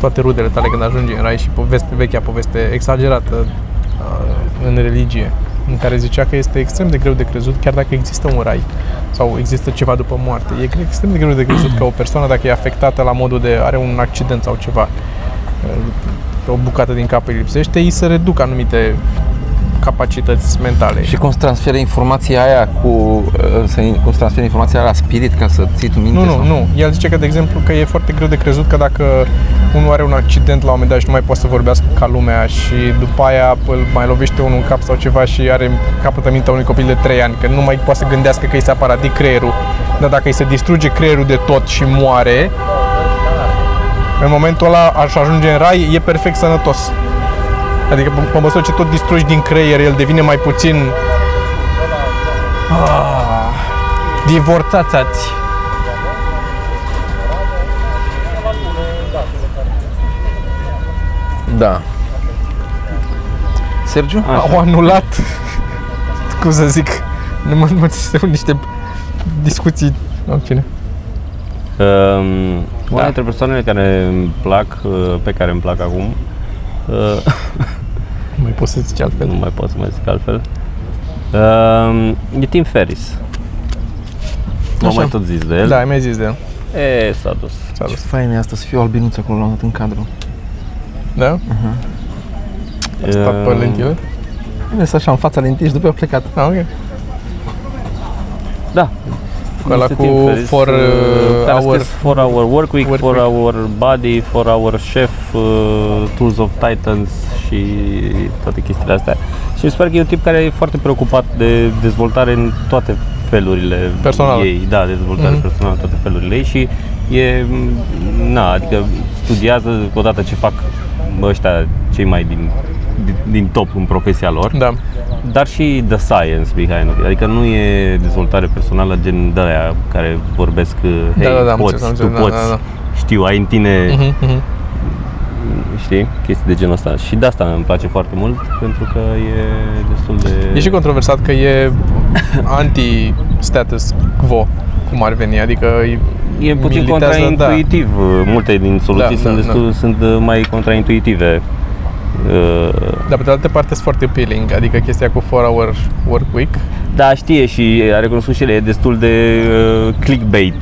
[SPEAKER 4] toate rudele tale când ajungi în rai și poveste, vechea poveste exagerată uh, în religie, în care zicea că este extrem de greu de crezut chiar dacă există un rai sau există ceva după moarte. E cred, extrem de greu de crezut că o persoană dacă e afectată la modul de are un accident sau ceva, uh, o bucată din cap îi lipsește, îi se reduc anumite capacități mentale.
[SPEAKER 3] Și cum se transferă informația aia cu... uh, să- Cum se transferă informația aia la spirit ca să ții tu minte?
[SPEAKER 4] Nu, nu,
[SPEAKER 3] sau-
[SPEAKER 4] nu. El zice că, de exemplu, că e foarte greu de crezut că dacă unul are un accident la un moment dat și nu mai poate să vorbească ca lumea și după aia îl mai lovește unul în cap sau ceva și are capătă mintea unui copil de 3 ani, că nu mai poate să gândească că i s-a paratit creierul. Dar dacă îi se distruge creierul de tot și moare, în momentul ăla aș ajunge în rai, e perfect sănătos. Adică pe- pe măsură ce tot distrugi din creier, el devine mai puțin ah, divorțați
[SPEAKER 3] Da. Sergiu?
[SPEAKER 4] au anulat, cum să zic, nu mă mă țineau niște discuții, în fine.
[SPEAKER 5] Um,
[SPEAKER 3] Da.
[SPEAKER 5] Una dintre persoanele care îmi plac, uh, pe care îmi plac acum, uh,
[SPEAKER 4] Nu mai pot să zici altfel.
[SPEAKER 5] nu mai pot să mai zic altfel, um, e Tim Ferris. Nu am
[SPEAKER 4] Așa.
[SPEAKER 5] mai tot zis de el.
[SPEAKER 4] Da, ai mai zis de el.
[SPEAKER 5] E, s-a dus.
[SPEAKER 4] S-a
[SPEAKER 3] Ce
[SPEAKER 4] dus.
[SPEAKER 3] fain e asta să fiu albinuț acolo la un dat în cadru.
[SPEAKER 4] Da? A stat pe
[SPEAKER 5] Um,
[SPEAKER 4] lentile?
[SPEAKER 3] Am mers așa în fața lentii și după a plecat.
[SPEAKER 4] Ah, ok.
[SPEAKER 5] Da.
[SPEAKER 4] Cu ăla
[SPEAKER 5] Niște
[SPEAKER 4] cu
[SPEAKER 5] timp fericit,
[SPEAKER 4] for,
[SPEAKER 5] uh,
[SPEAKER 4] uh,
[SPEAKER 5] care
[SPEAKER 4] hour.
[SPEAKER 5] scris for our work week,
[SPEAKER 4] work
[SPEAKER 5] for
[SPEAKER 4] week.
[SPEAKER 5] our body, for our chef, uh, Tools of Titans și toate chestiile astea. Și mi se pare că e un tip care e foarte preocupat de dezvoltare în toate felurile
[SPEAKER 4] Personală.
[SPEAKER 5] ei. Da, de dezvoltare
[SPEAKER 4] Mhm.
[SPEAKER 5] personală în toate felurile ei și e, na, adică studiază odată ce fac bă, ăștia cei mai din, din, din top în profesia lor
[SPEAKER 4] Da.
[SPEAKER 5] dar și the science behind it. Adică nu e dezvoltare personală gen de aia care vorbesc că hey,
[SPEAKER 4] da, da, am
[SPEAKER 5] poți,
[SPEAKER 4] înțeles, am
[SPEAKER 5] tu
[SPEAKER 4] înțeles, da,
[SPEAKER 5] poți,
[SPEAKER 4] da, da.
[SPEAKER 5] știu, ai în tine,
[SPEAKER 4] Mhm, mhm.
[SPEAKER 5] știi, chestii de genul ăsta. Și de asta îmi place foarte mult, pentru că e destul de...
[SPEAKER 4] E și controversat că e anti-status quo, cum ar veni, adică e,
[SPEAKER 5] e puțin
[SPEAKER 4] militează,
[SPEAKER 5] contraintuitiv. Da. Multe din soluții
[SPEAKER 4] Da,
[SPEAKER 5] sunt,
[SPEAKER 4] da,
[SPEAKER 5] destul, sunt uh, mai contraintuitive. Uh,
[SPEAKER 4] Da, Dar pe de altă parte sunt foarte appealing, adică chestia cu 4-hour work week.
[SPEAKER 5] Da, știe și a recunoscut și el, e destul de uh, clickbait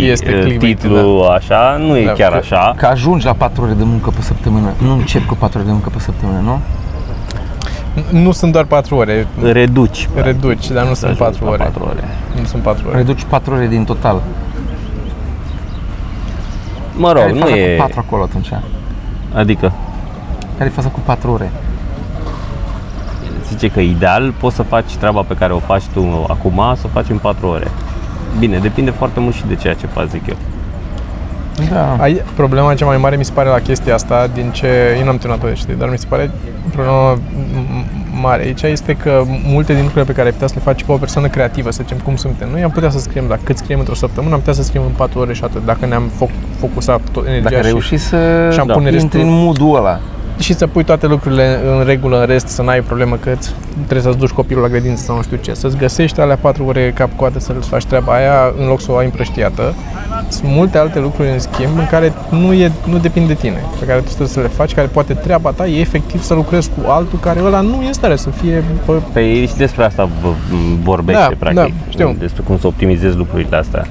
[SPEAKER 4] Este clickbait,
[SPEAKER 5] titlul da. așa, nu e
[SPEAKER 4] Da,
[SPEAKER 5] chiar
[SPEAKER 4] că-
[SPEAKER 5] așa.
[SPEAKER 3] Că ajungi la 4 ore de muncă pe săptămână. Nu încep cu 4 ore de muncă pe săptămână, nu?
[SPEAKER 4] Nu sunt doar 4 ore,
[SPEAKER 5] Reduci.
[SPEAKER 4] reduci, dar nu sunt 4
[SPEAKER 5] Ajungi la
[SPEAKER 4] ore.
[SPEAKER 5] patru ore.
[SPEAKER 4] Nu sunt 4 ore.
[SPEAKER 3] Reduci 4 ore din total.
[SPEAKER 5] Mă rog,
[SPEAKER 3] Care-i
[SPEAKER 5] nu
[SPEAKER 3] faza
[SPEAKER 5] e...
[SPEAKER 3] cu 4 acolo atunci?
[SPEAKER 5] Adică,
[SPEAKER 3] Care-i faza cu 4 ore?
[SPEAKER 5] zice că ideal poți să faci treaba pe care o faci tu acum, să o faci în 4 ore. Bine, depinde foarte mult și de ceea ce faci, zic eu.
[SPEAKER 3] Da.
[SPEAKER 4] Ai, problema cea mai mare mi se pare la chestia asta, din ce eu n-am terminat-o de citit, dar mi se pare problema m- m- mare aici este că multe din lucrurile pe care ai putea să le faci ca o persoană creativă, să zicem cum suntem noi, am putea să scriem, dacă cât scriem într-o săptămână, am putea să scriem în 4 ore și atât, dacă ne-am foc- focusat tot energia
[SPEAKER 3] Dacă
[SPEAKER 4] și,
[SPEAKER 3] reuși să
[SPEAKER 4] și am
[SPEAKER 3] da.
[SPEAKER 4] pune
[SPEAKER 3] intri
[SPEAKER 4] restul-
[SPEAKER 3] în moodul ăla.
[SPEAKER 4] și să pui toate lucrurile în regulă, în rest, să n-ai problemă că îți- trebuie să-ți duci copilul la grădință sau nu știu ce, să-ți găsești alea 4 ore cap-coadă să-l faci treaba aia în loc să o ai împrăștiată. Sunt multe alte lucruri, în schimb, în care nu, e, nu depinde de tine, pe care tu trebuie să le faci, care poate treaba ta e efectiv să lucrezi cu altul care ăla nu e în stare să fie pe
[SPEAKER 5] Păi și despre asta v- m- vorbește,
[SPEAKER 4] Da,
[SPEAKER 5] practic.
[SPEAKER 4] da, știu.
[SPEAKER 5] Despre cum să optimizezi lucrurile astea.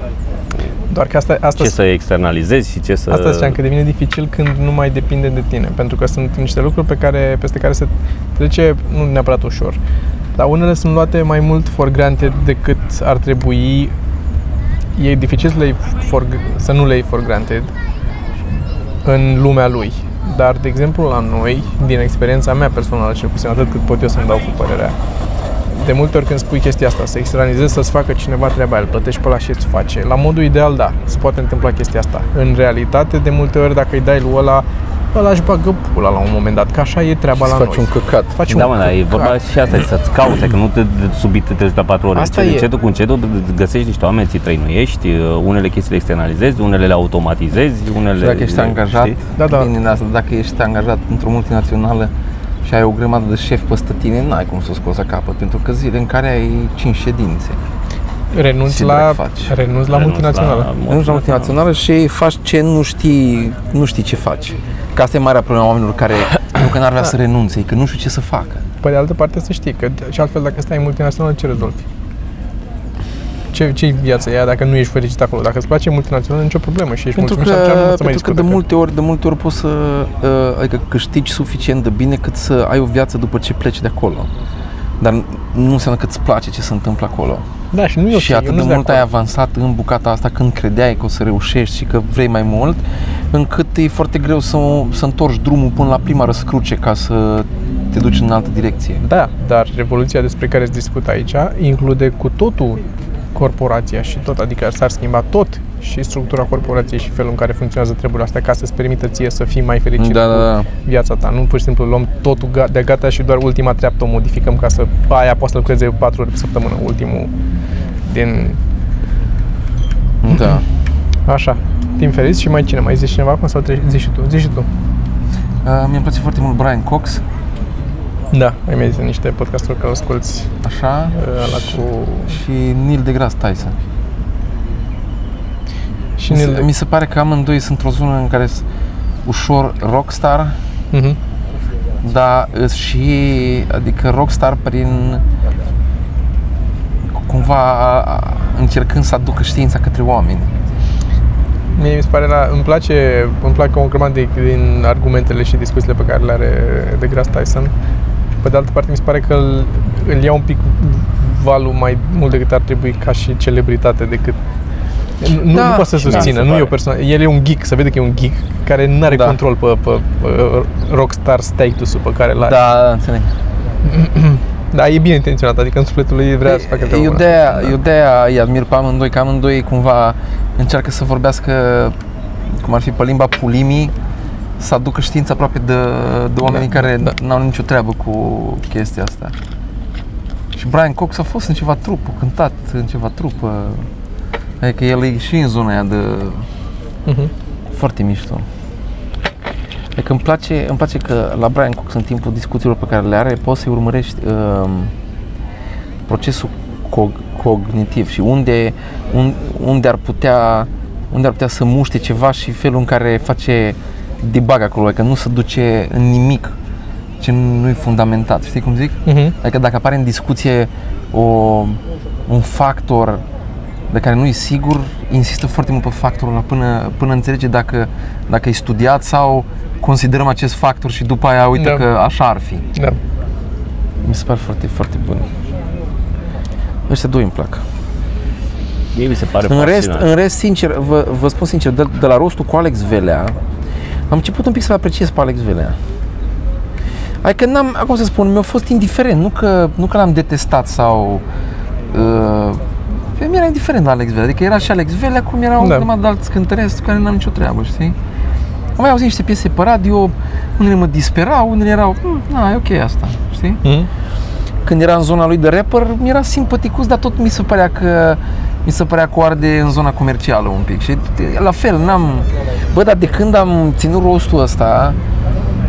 [SPEAKER 4] doar că asta, asta
[SPEAKER 5] Ce să externalizezi și ce să...
[SPEAKER 4] Asta ziceam, că devine dificil când nu mai depinde de tine, pentru că sunt niște lucruri pe care, peste care se trece nu neapărat ușor, dar unele sunt luate mai mult for granted decât ar trebui. E dificil să, le iei for, să nu le iei for granted în lumea lui. Dar, de exemplu, la noi, din experiența mea personală, cel puțin atât cât pot eu să-mi dau cu părerea, de multe ori când spui chestia asta, să externalizezi, să-ți facă cineva treaba, îl plătești pe la și îți face. La modul ideal, da, se poate întâmpla chestia asta. În realitate, de multe ori, dacă îi dai lui ăla, ăla își bagă pula la un moment dat, că așa e treaba
[SPEAKER 2] Să
[SPEAKER 4] la
[SPEAKER 2] faci
[SPEAKER 4] noi.
[SPEAKER 2] un căcat.
[SPEAKER 4] Faci
[SPEAKER 5] Da,
[SPEAKER 4] un
[SPEAKER 5] mă, dar e
[SPEAKER 4] căcat.
[SPEAKER 5] vorba și asta, e să-ți cauți, că nu te de- subit te treci la 4 ore.
[SPEAKER 4] Exact. Asta
[SPEAKER 5] Asta
[SPEAKER 4] e.
[SPEAKER 5] Încetul cu încetul îți găsești niște oameni, ți trăinuiești, unele chestii le externalizezi, unele le automatizezi, unele...
[SPEAKER 3] Și dacă ești
[SPEAKER 5] le-
[SPEAKER 3] angajat,
[SPEAKER 5] știi?
[SPEAKER 4] Da, da.
[SPEAKER 3] bine, dar dacă ești angajat într-o multinațională și ai o grămadă de șef peste tine, n-ai cum să o scoți la capăt, pentru că zile în care ai 5 ședințe.
[SPEAKER 4] renunți
[SPEAKER 3] și
[SPEAKER 4] la,
[SPEAKER 3] drag faci.
[SPEAKER 4] renunți la
[SPEAKER 5] Renunți
[SPEAKER 4] multinațională.
[SPEAKER 3] Ajungi la multinațională și faci ce nu știi, nu știi ce faci. Că asta e marea problema oamenilor care nu că n-ar vrea să renunțe, e că nu știu ce să facă.
[SPEAKER 4] Pe de altă parte să știi că și altfel dacă stai în multinațională, ce rezolvi? Ce, ce viața ea dacă nu ești fericit acolo? Dacă îți place multinațională, nicio problemă și ești
[SPEAKER 3] Pentru că,
[SPEAKER 4] mulțumit și atunci nu se mai
[SPEAKER 3] pentru că de
[SPEAKER 4] discută.
[SPEAKER 3] multe ori, de multe ori poți să uh, adică câștigi suficient de bine cât să ai o viață după ce pleci de acolo. Dar nu înseamnă că îți place ce se întâmplă acolo.
[SPEAKER 4] Da, și nu e
[SPEAKER 3] și
[SPEAKER 4] ok, eu
[SPEAKER 3] atât
[SPEAKER 4] nu
[SPEAKER 3] de
[SPEAKER 4] sunt
[SPEAKER 3] mult ai
[SPEAKER 4] acord.
[SPEAKER 3] avansat în bucata asta când credeai că o să reușești și că vrei mai mult, încât e foarte greu să, să întorci drumul până la prima răscruce ca să te duci în altă direcție.
[SPEAKER 4] Da, dar revoluția despre care se discută aici include cu totul corporația și tot, adică s-ar schimba tot și structura corporației și felul în care funcționează treburile astea ca să-ți permită ție să fii mai fericit
[SPEAKER 3] Da,
[SPEAKER 4] cu viața ta. Nu pur și simplu luăm totul ga- de gata și doar ultima treaptă o modificăm ca să aia poate să lucreze 4 ore pe săptămână, ultimul din
[SPEAKER 3] da.
[SPEAKER 4] Așa, timp fericit și mai cine? Mai zici cineva acum sau treci? Zici și tu, zici și tu.
[SPEAKER 3] Uh, mi-a plăcut foarte mult Brian Cox,
[SPEAKER 4] Da, ai mai zis niște podcasturi care asculti
[SPEAKER 3] așa,
[SPEAKER 4] ăla cu...
[SPEAKER 3] și Neil deGrasse Tyson.
[SPEAKER 4] Și
[SPEAKER 3] Mi se,
[SPEAKER 4] Neil...
[SPEAKER 3] mi se pare că amândoi sunt într-o zonă în care sunt ușor rockstar,
[SPEAKER 4] Mhm.
[SPEAKER 3] dar îs și, adică rockstar prin cumva a- a- încercând să aducă știința către oameni.
[SPEAKER 4] Mie mi se pare la... Îmi place, îmi plac o grămadă de- din argumentele și discuțiile pe care le are de Grass Tyson. Pe de altă parte, mi se pare că îl, îl ia un pic valul mai mult decât ar trebui ca și celebritate decât nu,
[SPEAKER 3] Da.
[SPEAKER 4] da. nu poate să
[SPEAKER 5] Și mie mi
[SPEAKER 4] susțină,
[SPEAKER 5] se
[SPEAKER 4] nu e
[SPEAKER 5] pare.
[SPEAKER 4] o persoană, el e un geek, să vede că e un geek care nu are
[SPEAKER 3] Da.
[SPEAKER 4] da. control pe, pe, pe rockstar status-ul pe care l-are.
[SPEAKER 3] Da, înțeleg.
[SPEAKER 4] Dar e bine intenționat, adică în sufletul lui vrea să facă treaba da.
[SPEAKER 3] Eu
[SPEAKER 4] bună.
[SPEAKER 3] de, aia, eu de aia Păi, îi admir pe amândoi, că amândoi cumva încearcă să vorbească, cum ar fi pe limba pulimii, să aducă știință aproape de, de oamenii
[SPEAKER 4] Da,
[SPEAKER 3] care
[SPEAKER 4] da.
[SPEAKER 3] n-au nicio treabă cu chestia asta. Și Brian Cox a fost în ceva trup, a cântat în ceva trup. Adică el e și în zona aia de...
[SPEAKER 4] Mhm.
[SPEAKER 3] Foarte mișto. Adică îmi place, îmi place că la Brian Cox în timpul discuțiilor pe care le are poți să-i urmărești um, procesul cog- cognitiv și unde, un, unde, ar putea, unde ar putea să muște ceva și felul în care face debug acolo, că nu se duce în nimic ce nu e fundamentat, știi cum zic?
[SPEAKER 4] Mhm.
[SPEAKER 3] Adică dacă apare în discuție o, un factor de care nu e sigur, insistă foarte mult pe factorul ăla până, până înțelege dacă, dacă e studiat sau considerăm acest factor și după aia uite
[SPEAKER 4] Da.
[SPEAKER 3] că așa ar fi.
[SPEAKER 4] Da.
[SPEAKER 3] Mi se pare foarte, foarte bun. Ăștia doi îmi plac.
[SPEAKER 5] Mie mi se pare
[SPEAKER 3] În rest,
[SPEAKER 5] fascinant.
[SPEAKER 3] în rest, sincer, vă, vă spun sincer, de, de la rostul cu Alex Velea, am început un pic să-l apreciez pe Alex Velea. Adică n-am, acum să spun, mi-a fost indiferent, nu că, nu că l-am detestat sau... Uh, pe mine era indiferent la Alex Velea, adică era și Alex Velea, cum erau
[SPEAKER 4] Da.
[SPEAKER 3] da. de alți cântăreți cu care n-am nicio treabă, știi? Am mai auzit niște piese pe radio, unele mă disperau, unele erau, "Mm, na, e ok asta, știi?
[SPEAKER 4] Mhm.
[SPEAKER 3] când era în zona lui de rapper, mi-era simpaticus, dar tot mi se părea că mi se părea că o arde în zona comercială un pic. Și de- la fel, n-am... Bă, dar de când am ținut rostul ăsta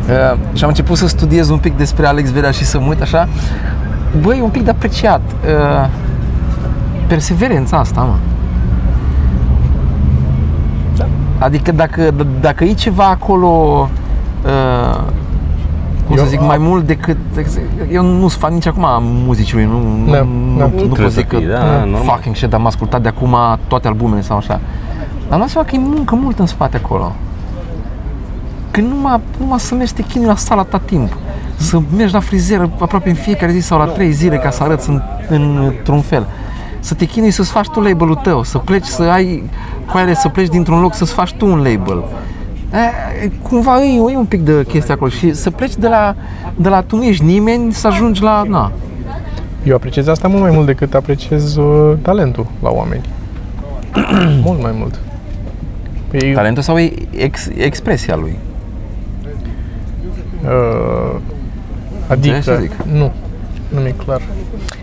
[SPEAKER 3] uh, și am început să studiez un pic despre Alex Velea și să mă uit așa, bă, e un pic de apreciat. Uh, perseverența asta, mă. Adică dacă, d- dacă e ceva acolo, uh, cum eu,
[SPEAKER 4] Eu
[SPEAKER 3] să zic,
[SPEAKER 4] am-
[SPEAKER 3] mai mult decât... Eu nu sunt fan nici acum a muzicii lui, nu, nu,
[SPEAKER 4] Da,
[SPEAKER 3] nu,
[SPEAKER 4] da.
[SPEAKER 3] nu, nu
[SPEAKER 5] Trebuie
[SPEAKER 3] pot
[SPEAKER 5] să
[SPEAKER 3] zic că
[SPEAKER 5] fii, da, normal.
[SPEAKER 3] fucking shit, am ascultat de acum toate albumele sau așa. Am luat seama că e muncă mult în spate acolo. Că numai, numai să mergi să te chinui la sala ta timp. Să mergi la frizeră aproape în fiecare zi sau la trei zile ca să arăți în, în, într-un fel. Să te chinui să-ți faci tu label-ul tău, să pleci să ai coaiele, să pleci dintr-un loc să-ți faci tu un label. E, cumva e, e un pic de chestia acolo și să pleci de la, de la tu nu ești nimeni să ajungi la, na,
[SPEAKER 4] Eu apreciez asta mult mai mult decât apreciez uh, talentul la oameni. mult mai mult. Păi,
[SPEAKER 3] talentul sau e ex, expresia lui.
[SPEAKER 4] uh,
[SPEAKER 3] Înțelegi ce
[SPEAKER 4] adică,
[SPEAKER 3] zic?
[SPEAKER 4] nu, nu mi-e clar.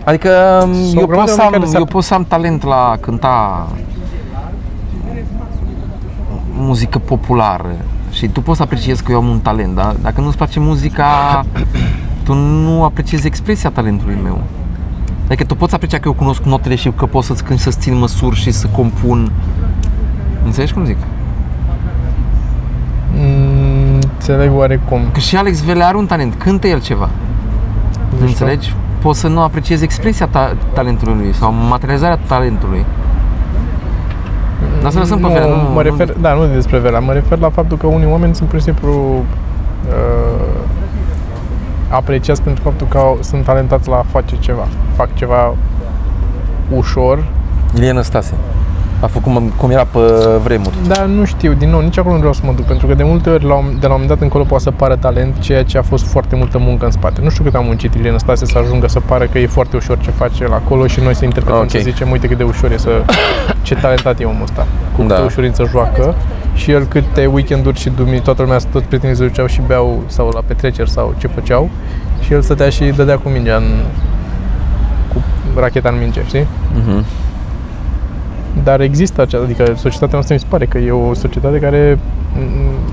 [SPEAKER 3] Adică
[SPEAKER 4] Sunt
[SPEAKER 3] eu
[SPEAKER 4] o grămadă de
[SPEAKER 3] pot,
[SPEAKER 4] oameni
[SPEAKER 3] să am,
[SPEAKER 4] care se-
[SPEAKER 3] eu pot să am talent la a cânta muzică populară și tu poți să apreciezi că eu am un talent, dar dacă nu-ți place muzica, tu nu apreciezi expresia talentului meu. Adică tu poți aprecia că eu cunosc notele și că pot să-ți cânt, să-ți țin măsuri și să compun. Înțelegi cum zic?
[SPEAKER 4] Mm, Înțeleg oarecum.
[SPEAKER 3] Că și Alex Velea are un talent, cântă el ceva.
[SPEAKER 4] știu.
[SPEAKER 3] Înțelegi? Poți să nu apreciezi expresia ta- talentului lui sau materializarea talentului. Dar să lăsăm pe Velea, nu-
[SPEAKER 4] mă
[SPEAKER 3] nu-
[SPEAKER 4] refer, Da, nu despre Vera, mă refer la faptul că unii oameni sunt pur și simplu uh, apreciați pentru faptul că au- sunt talentați la a face ceva. Fac ceva ușor,
[SPEAKER 3] Ilie Năstase. A făcut cum- cum era pe vremuri.
[SPEAKER 4] dar nu știu, din nou, nici acolo nu vreau să mă duc, pentru că de multe ori, la un- de la un moment dat încolo, poate să pară talent, ceea ce a fost foarte multă muncă în spate. Nu știu cât a muncit Ilie Stase să ajungă să pară că e foarte ușor ce face el acolo și noi să interpretăm
[SPEAKER 3] Ok.
[SPEAKER 4] okay. să zicem, uite cât de ușor e să... ce talentat e omul ăsta, cu câtă
[SPEAKER 3] Da.
[SPEAKER 4] ușurință joacă și el câte weekenduri și dumii, toată lumea, toți prietenii se duceau și beau sau la petreceri sau ce făceau și el stătea și dădea cu mingea în, cu racheta în minge, știi?
[SPEAKER 3] Mhm.
[SPEAKER 4] Dar există această, adică societatea noastră mi se pare că e o societate care m,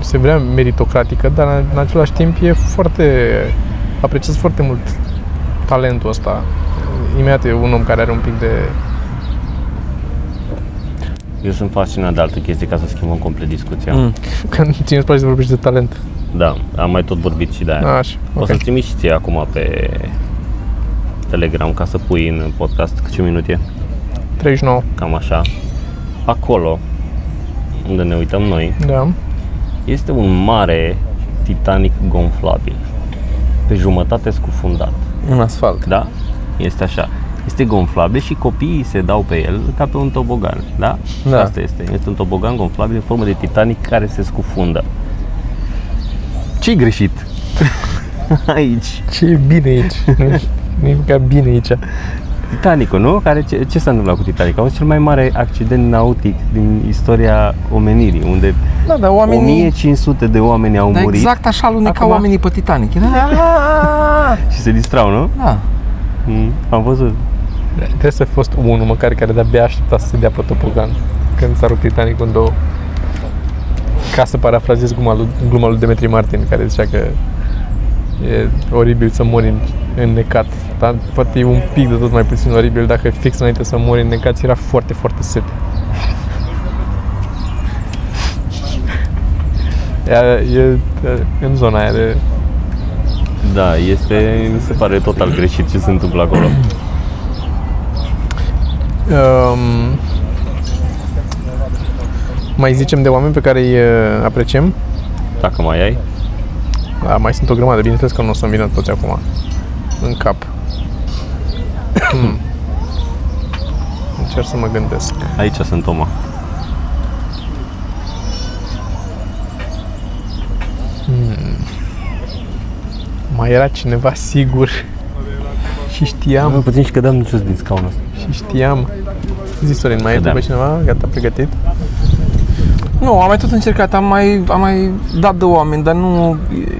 [SPEAKER 4] se vrea meritocratică, dar în același timp e foarte, apreciez foarte mult talentul ăsta. Imediat e un om care are un pic de...
[SPEAKER 5] Eu sunt fascinat de altă chestie ca să schimbăm complet discuția.
[SPEAKER 3] Mm.
[SPEAKER 4] Că ține îți place să vorbești de talent.
[SPEAKER 5] Da, am mai tot vorbit și de aia.
[SPEAKER 3] Da.
[SPEAKER 4] A, așa,
[SPEAKER 5] O
[SPEAKER 4] Da, ok.
[SPEAKER 5] să-ți trimit și ție acum pe Telegram ca să pui în podcast ce minut e,
[SPEAKER 4] 39,
[SPEAKER 5] cam așa. Acolo, unde ne uităm noi,
[SPEAKER 4] da.
[SPEAKER 5] este un mare Titanic gonflabil, pe jumătate scufundat,
[SPEAKER 3] În asfalt.
[SPEAKER 5] da? Este așa. este gonflabil și copiii se dau pe el ca pe un tobogan, da?
[SPEAKER 4] Da.
[SPEAKER 5] Asta este. Este un tobogan gonflabil în formă de Titanic care se scufundă. ce greșit? Aici.
[SPEAKER 4] Ce e bine aici? nu e ca bine aici.
[SPEAKER 5] Titanicul, nu? Care, ce, ce s-a întâmplat cu Titanic? A fost cel mai mare accident nautic din istoria omenirii, unde
[SPEAKER 4] Da, dar oamenii...
[SPEAKER 5] 1500 de oameni au
[SPEAKER 3] Da,
[SPEAKER 5] murit
[SPEAKER 3] exact așa alunecau
[SPEAKER 5] Acum-
[SPEAKER 3] oamenii pe Titanic. Da,
[SPEAKER 5] și se distrau, nu?
[SPEAKER 3] da.
[SPEAKER 5] Mm, am văzut.
[SPEAKER 4] Trebuie să fi fost unul măcar care de-abia aștepta să se dea pe topogan când s-a rupt Titanic în două. Ca să parafrazez gluma lui, gluma lui Demetri Martin, care zicea că e oribil să mori în, înnecat. Dar poate e un pic de tot mai puțin oribil dacă fix înainte să mori înnecat era foarte, foarte set. E, e, e în zona aia de
[SPEAKER 5] Da, este, mi se pare total greșit ce se întâmplă acolo.
[SPEAKER 4] Um, mai zicem de oameni pe care îi uh, apreciem.
[SPEAKER 5] Dacă mai ai,
[SPEAKER 4] Da, mai sunt o grămadă, bineînțeles că nu o să-mi vină toți acum în cap. Hmm. Încerc să mă gândesc.
[SPEAKER 5] aici sunt Toma.
[SPEAKER 4] Mai era cineva sigur și știam,
[SPEAKER 5] Am puțin și cădeam în jos din scaunul ăsta.
[SPEAKER 4] și știam. Zi, Sorin, mai e
[SPEAKER 5] Da.
[SPEAKER 4] pe cineva? Gata, pregătit?
[SPEAKER 3] Nu, am mai tot încercat, am mai, am mai dat de oameni, dar nu,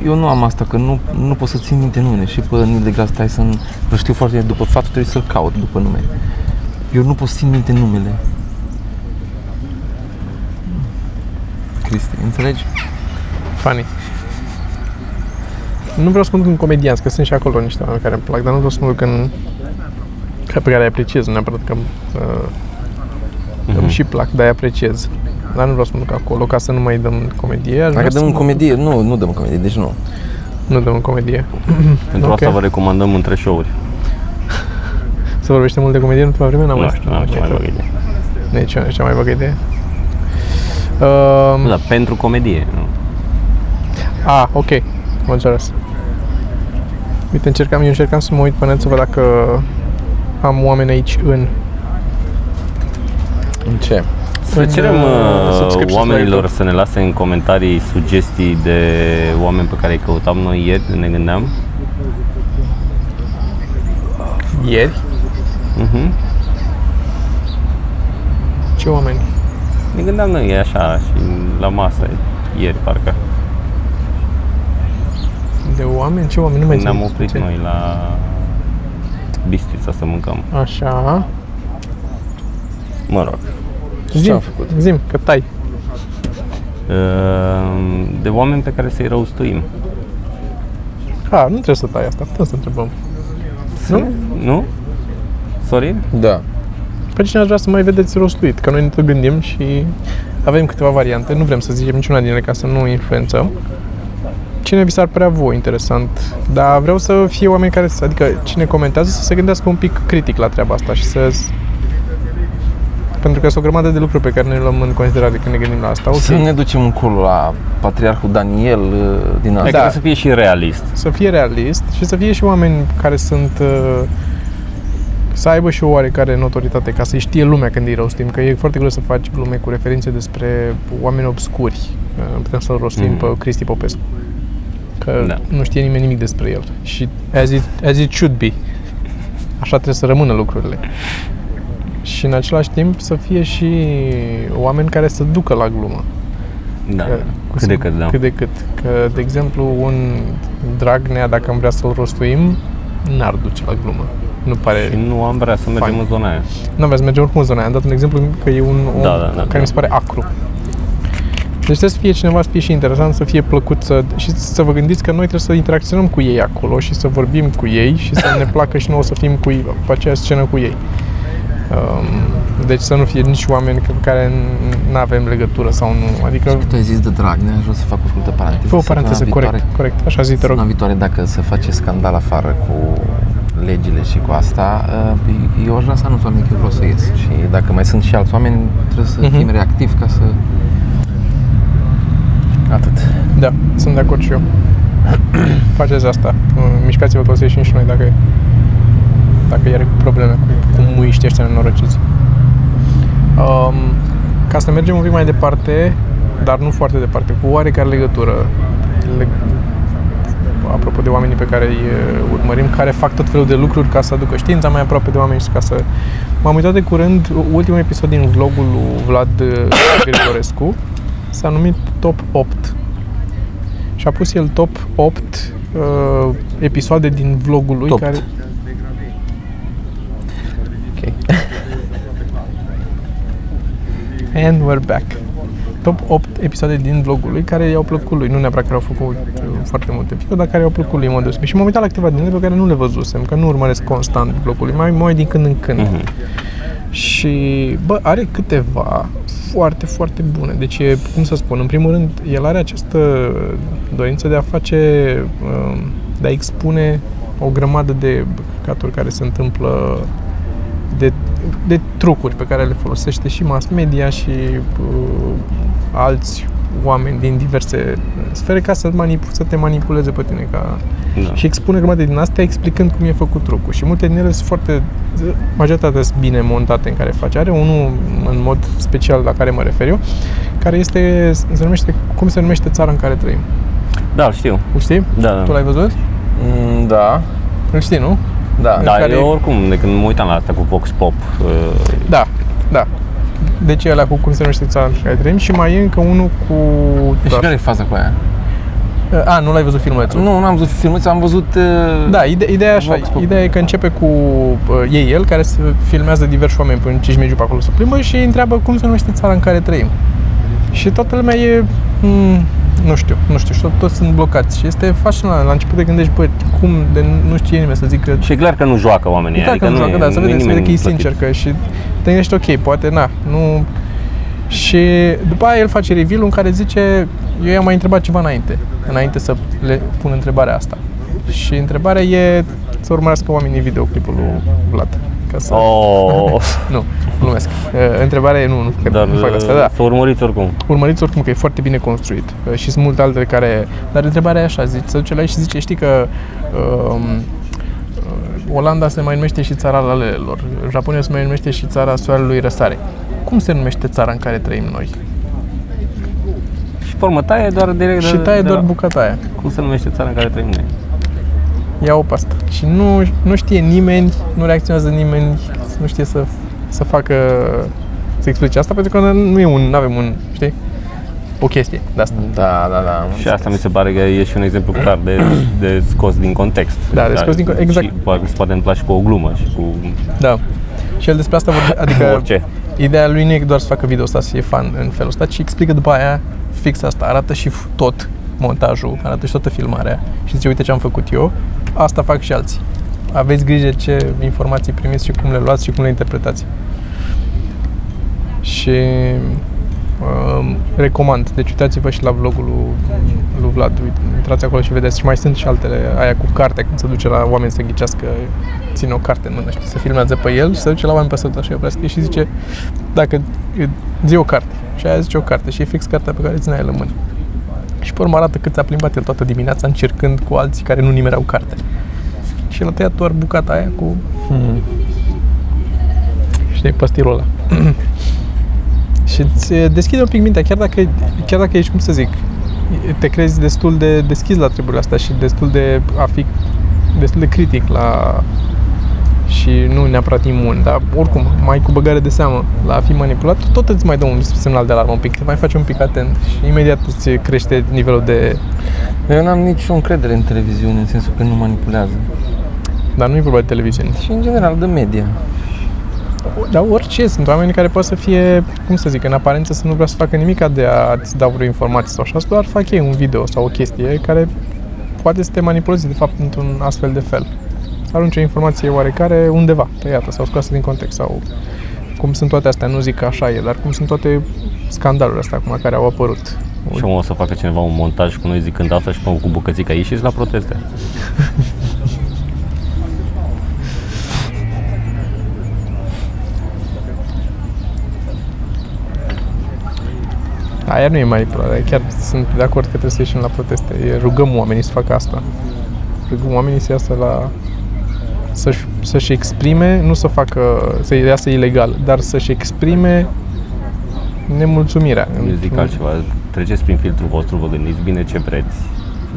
[SPEAKER 3] eu nu am asta, că nu, nu pot să țin minte numele. Și pe Neil deGrasse Tyson, îl știu foarte bine, după faptul trebuie să-l caut după nume. Eu nu pot să țin minte numele. Cristi, înțelegi?
[SPEAKER 4] Funny. Nu vreau să mă duc în comedianți, că sunt și acolo niște oameni care îmi plac, dar nu vreau să mă duc în... Ca pe care îi apreciez, nu neapărat că uh, mm-hmm.
[SPEAKER 5] Mhm.
[SPEAKER 4] îmi și plac, dar îi apreciez. Dar nu vreau să mă duc acolo ca să nu mai dăm în comedie. aș
[SPEAKER 3] Dacă
[SPEAKER 4] vrea să
[SPEAKER 3] dăm în
[SPEAKER 4] mă-
[SPEAKER 3] comedie, nu, nu dăm în comedie, deci nu.
[SPEAKER 4] Nu dăm în comedie.
[SPEAKER 5] Pentru
[SPEAKER 4] Ok.
[SPEAKER 5] asta vă recomandăm între show-uri.
[SPEAKER 4] Să vorbește mult de comedie în ultima vreme, n-am
[SPEAKER 5] Nu
[SPEAKER 4] mai
[SPEAKER 5] știu, n-am ce mai bag idee.
[SPEAKER 4] Nu e cea, cea mai bagă idee. Uh,
[SPEAKER 5] Da, pentru comedie, nu?
[SPEAKER 4] A, ah, ok. Am înțeles. Uite, încercam, eu încercam să mă uit pe net să văd dacă am oameni aici în
[SPEAKER 3] În ce?
[SPEAKER 5] Să
[SPEAKER 4] În,
[SPEAKER 5] cerem
[SPEAKER 4] uh,
[SPEAKER 5] uh,
[SPEAKER 4] subscriptions la
[SPEAKER 5] oamenilor
[SPEAKER 4] YouTube.
[SPEAKER 5] să ne lase în comentarii sugestii de oameni pe care îi căutam noi ieri, când ne gândeam.
[SPEAKER 4] Ieri?
[SPEAKER 5] Mhm.
[SPEAKER 4] Ce oameni?
[SPEAKER 5] Ne gândeam noi așa și la masă ieri, parcă.
[SPEAKER 4] De oameni? Ce oameni? Nu mai
[SPEAKER 5] Când ne-am
[SPEAKER 4] țin
[SPEAKER 5] oprit
[SPEAKER 4] ce-
[SPEAKER 5] noi la bistrița să mâncăm.
[SPEAKER 4] Așa.
[SPEAKER 5] Mă rog.
[SPEAKER 4] Zim,
[SPEAKER 3] am făcut?
[SPEAKER 4] zim, că tai.
[SPEAKER 5] Uh, De oameni pe care să-i răustuim.
[SPEAKER 4] Ha, nu trebuie să tai asta, putem să întrebăm. Nu?
[SPEAKER 5] Nu? Sorin?
[SPEAKER 3] Da.
[SPEAKER 4] Pe cine aș vrea să mai vedeți rostuit? Că noi ne tot gândim și avem câteva variante. Nu vrem să zicem niciuna din ele ca să nu influențăm. Cine vi s-ar părea voi interesant? Dar vreau să fie oameni care, să- adică cine comentează să se gândească un pic critic la treaba asta și să pentru că sunt o grămadă de lucruri pe care ne le luăm în considerare când ne gândim la asta.
[SPEAKER 3] Să
[SPEAKER 4] Ok,
[SPEAKER 3] ne ducem încolo la Patriarhul Daniel uh, din
[SPEAKER 5] Da.
[SPEAKER 3] asta.
[SPEAKER 5] Cred că să fie și realist.
[SPEAKER 4] să fie realist și să fie și oameni care sunt uh, să aibă și o oarecare notoritate ca să știe lumea când îi rostim, că e foarte greu să faci glume cu referințe despre oameni obscuri. Uh, Putem să-l rostim
[SPEAKER 5] Mhm.
[SPEAKER 4] mm-hmm. pe Cristi Popescu. Că
[SPEAKER 5] Da.
[SPEAKER 4] nu știe nimeni nimic despre el. Și as it, as it should be. Așa trebuie să rămână lucrurile. Și în același timp să fie și oameni care să ducă la glumă.
[SPEAKER 5] Da.
[SPEAKER 4] Că- cu
[SPEAKER 5] Cât de
[SPEAKER 4] sim-
[SPEAKER 5] cât, da.
[SPEAKER 4] Cât de cât. Că, de exemplu, un Dragnea, dacă am vrea să-l rostuim, n-ar duce la glumă. Nu
[SPEAKER 5] Și
[SPEAKER 4] pare...
[SPEAKER 5] Păi nu am vrea să mergem
[SPEAKER 4] Fain.
[SPEAKER 5] în zona aia.
[SPEAKER 4] Nu aveți să mergem oricum în zona aia. Am dat un exemplu că e un om
[SPEAKER 5] Da, da, da,
[SPEAKER 4] care
[SPEAKER 5] da.
[SPEAKER 4] mi se pare acru. Deci trebuie să fie cineva, să fie și interesant, să fie plăcut să, și să vă gândiți că noi trebuie să interacționăm cu ei acolo și să vorbim cu ei și să ne placă și nouă să fim cu ei, pe aceeași scenă cu ei. Um, deci să nu fie nici oameni cu care nu avem legătură sau nu. Adică
[SPEAKER 3] Tu ai zis de Dragnea, aș vrea să fac o scurtă paranteză.
[SPEAKER 4] Fă o
[SPEAKER 3] Săptămâna
[SPEAKER 4] paranteză,
[SPEAKER 3] viitoare-
[SPEAKER 4] corect, corect. Așa zi, te rog.
[SPEAKER 3] Săptămâna viitoare, dacă se face scandal afară cu legile și cu asta, uh, eu aș vrea să anunț oamenii că eu vreau să ies. Și dacă mai sunt și alți oameni, trebuie să
[SPEAKER 4] Mhm.
[SPEAKER 3] fim reactivi ca să... Atât.
[SPEAKER 4] Da, sunt de acord și eu. Mm, Faceți asta. Mișcați-vă toți și noi dacă e. dacă e are probleme cu, cu muiștii ăștia nenorociți. Um, ca să mergem un pic mai departe, dar nu foarte departe, cu oarecare legătură, le, apropo de oamenii pe care îi uh, urmărim, care fac tot felul de lucruri ca să aducă știința mai aproape de oameni și ca să... M-am uitat de curând, ultimul episod din vlogul lui Vlad uh, Grigorescu s-a numit Top 8 și a pus el top 8 uh, episoade din vlogul lui
[SPEAKER 3] Top.
[SPEAKER 4] care...
[SPEAKER 2] Ok.
[SPEAKER 4] And we're back. Top 8 episoade din vlogul lui care i-au plăcut lui. Nu neapărat care au făcut uh, foarte multe episoade, dar care i-au plăcut lui în mod deosebit. Și m-am uitat la câteva din ele pe care nu le văzusem, că nu urmăresc constant vlogul lui, mai, mai din când în când. Și, bă, are câteva foarte, foarte bune. Deci, e, cum să spun, în primul rând, el are această dorință de a face, um, de a expune o grămadă de căcaturi care se întâmplă de, de trucuri pe care le folosește și mass media și uh, alți oameni din diverse sfere ca să, manip- să te manipuleze pe tine ca,
[SPEAKER 5] Da.
[SPEAKER 4] și expune grămadă din astea explicând cum e făcut trucul. Și multe din ele sunt foarte, majoritatea sunt bine montate în care face. Are unul în mod special la care mă refer eu, care este, se numește, cum se numește țara în care trăim.
[SPEAKER 5] Da, îl știu.
[SPEAKER 4] Îl știi?
[SPEAKER 5] Da,
[SPEAKER 4] Tu
[SPEAKER 5] da.
[SPEAKER 4] l-ai văzut?
[SPEAKER 2] Mm, Da,
[SPEAKER 4] Îl știi, nu?
[SPEAKER 2] da.
[SPEAKER 5] Da,
[SPEAKER 4] care-
[SPEAKER 5] eu oricum, de când mă uitam la asta cu Vox Pop, uh,
[SPEAKER 4] Da, da. Deci ăla cu cum se numește țara în care trăim și mai e încă unul cu...
[SPEAKER 3] Și care e faza cu aia?
[SPEAKER 4] A, nu l-ai văzut filmulețul?
[SPEAKER 3] Nu, n-am văzut filmulețe, am văzut... uh,
[SPEAKER 4] Da, ide- ideea e așa,
[SPEAKER 3] Vox Pop.
[SPEAKER 4] ideea e că începe cu uh, ei, el, care se filmează diversi oameni până în Cismegiu pe acolo să plimbă și îi întreabă cum se numește țara în care trăim. Și toată lumea e, mm, nu știu, nu știu, și tot, toți sunt blocați și este fascinant. La început te gândești, băi, cum de nu știe nimeni să zică
[SPEAKER 5] și e clar că nu joacă oamenii.
[SPEAKER 4] E clar că nu joacă,
[SPEAKER 5] e-
[SPEAKER 4] da, să
[SPEAKER 5] Adică nu
[SPEAKER 4] vede, să vede
[SPEAKER 5] nimeni
[SPEAKER 4] că e
[SPEAKER 5] plătit.
[SPEAKER 4] sincer că și te gândești, ok, poate, na, nu... Și după aia el face reveal în care zice, eu i-am mai întrebat ceva înainte, înainte să le pun întrebarea asta. Și întrebarea e să urmărească oamenii videoclipul lui Vlad. Ca să...
[SPEAKER 5] Oh,
[SPEAKER 4] Nu, glumesc. Uh, întrebarea e, nu, nu, că
[SPEAKER 5] dar
[SPEAKER 4] nu fac asta, da.
[SPEAKER 5] să urmăriți oricum.
[SPEAKER 4] Urmăriți oricum că e foarte bine construit uh, și sunt multe altele care... Dar întrebarea e așa, zici, se duce la ei și zice, știi că um, uh, Olanda se mai numește și țara lalelelor, Japonia se mai numește și țara soarelui răsare. Cum se numește țara în care trăim noi?
[SPEAKER 5] Și formă taie doar direct
[SPEAKER 4] și
[SPEAKER 5] de,
[SPEAKER 4] taie
[SPEAKER 5] de
[SPEAKER 4] doar
[SPEAKER 5] la-
[SPEAKER 4] bucata aia.
[SPEAKER 5] Cum se numește țara în care trăim noi?
[SPEAKER 4] Ia o pasta. Și nu, nu știe nimeni, nu reacționează nimeni, nu știe să, să facă, să explice asta, pentru că nu e un, nu avem un, știi? O chestie de asta.
[SPEAKER 2] Da, da, da. am
[SPEAKER 5] Și asta mi se pare că e și un exemplu clar de, de scos din context.
[SPEAKER 4] Da, de scos din con- exact.
[SPEAKER 5] Și poate se poate întâmpla și cu o glumă și cu
[SPEAKER 4] Da. Și el despre asta vorbește, adică
[SPEAKER 5] orice.
[SPEAKER 4] Ideea lui nu e doar să facă video ăsta, să fie fan în felul ăsta, ci explică după aia fix asta. Arată și f- tot montajul, arată și toată filmarea și zice, uite ce am făcut eu, asta fac și alții. Aveți grijă ce informații primiți și cum le luați și cum le interpretați. Și um, recomand, deci uitați-vă și la vlogul lui, lui Vlad, Uite, intrați acolo și vedeți. Și mai sunt și altele, aia cu carte, când se duce la oameni să ghicească, ține o carte în mână și se filmează pe el și se duce la oameni pe stradă și îi opresc și zice, dacă zi o carte. Și aia zice o carte și e fix cartea pe care ținea el în mână. Și pe urmă arată cât s-a plimbat el toată dimineața încercând cu alții care nu nimereau carte. Și el a tăiat doar bucata aia cu... Hmm. Știi, pastilul ăla. și îți eh, deschide un pic mintea, chiar dacă, chiar dacă ești, cum să zic, te crezi destul de deschis la treburile astea și destul de a fi destul de critic la și nu neapărat imun, dar oricum, mai cu băgare de seamă la a fi manipulat, tot îți mai dă un semnal de alarmă un pic, te mai faci un pic atent și imediat îți crește nivelul de...
[SPEAKER 3] Eu n-am nicio încredere în televiziune, în sensul că nu manipulează.
[SPEAKER 4] Dar nu e vorba de televiziune.
[SPEAKER 3] Și în general de media.
[SPEAKER 4] Dar orice, sunt oameni care pot să fie, cum să zic, în aparență să nu vrea să facă nimic de a-ți da vreo informație sau așa, doar fac ei un video sau o chestie care poate să te manipuleze, de fapt, într-un astfel de fel. Să arunce o informație oarecare undeva, tăiată sau scoasă din context sau cum sunt toate astea, nu zic că așa e, dar cum sunt toate scandalurile astea acum care au apărut.
[SPEAKER 5] Și o să facă cineva un montaj cu noi zicând asta și cu bucățica ieșiți la proteste.
[SPEAKER 4] Aia nu e manipulare, chiar sunt de acord că trebuie să ieșim la proteste. E- Rugăm oamenii să facă asta. Rugăm oamenii să iasă la să-și, să-și exprime, nu să facă, să iasă ilegal, dar să-și exprime nemulțumirea.
[SPEAKER 5] Eu zic altceva, treceți prin filtrul vostru, vă gândiți bine ce vreți,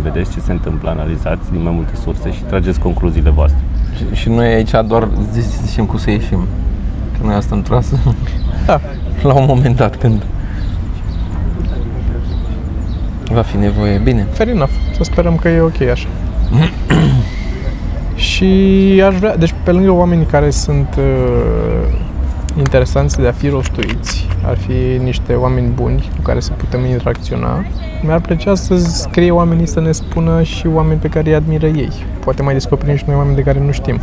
[SPEAKER 5] vedeți ce se întâmplă, analizați din mai multe surse și trageți concluziile voastre.
[SPEAKER 3] Și, și noi aici doar zi- zicem cum să ieșim. Că noi asta am tras
[SPEAKER 4] Da,
[SPEAKER 3] la un moment dat când va fi nevoie. Bine.
[SPEAKER 4] fair enough. Să sperăm că e ok așa. și aș vrea, deci pe lângă oamenii care sunt uh, interesanți de a fi rostuiți, ar fi niște oameni buni cu care să putem interacționa, mi-ar plăcea să scrie oamenii să ne spună și oameni pe care îi admiră ei. Poate mai descoperim și noi oameni de care nu știm.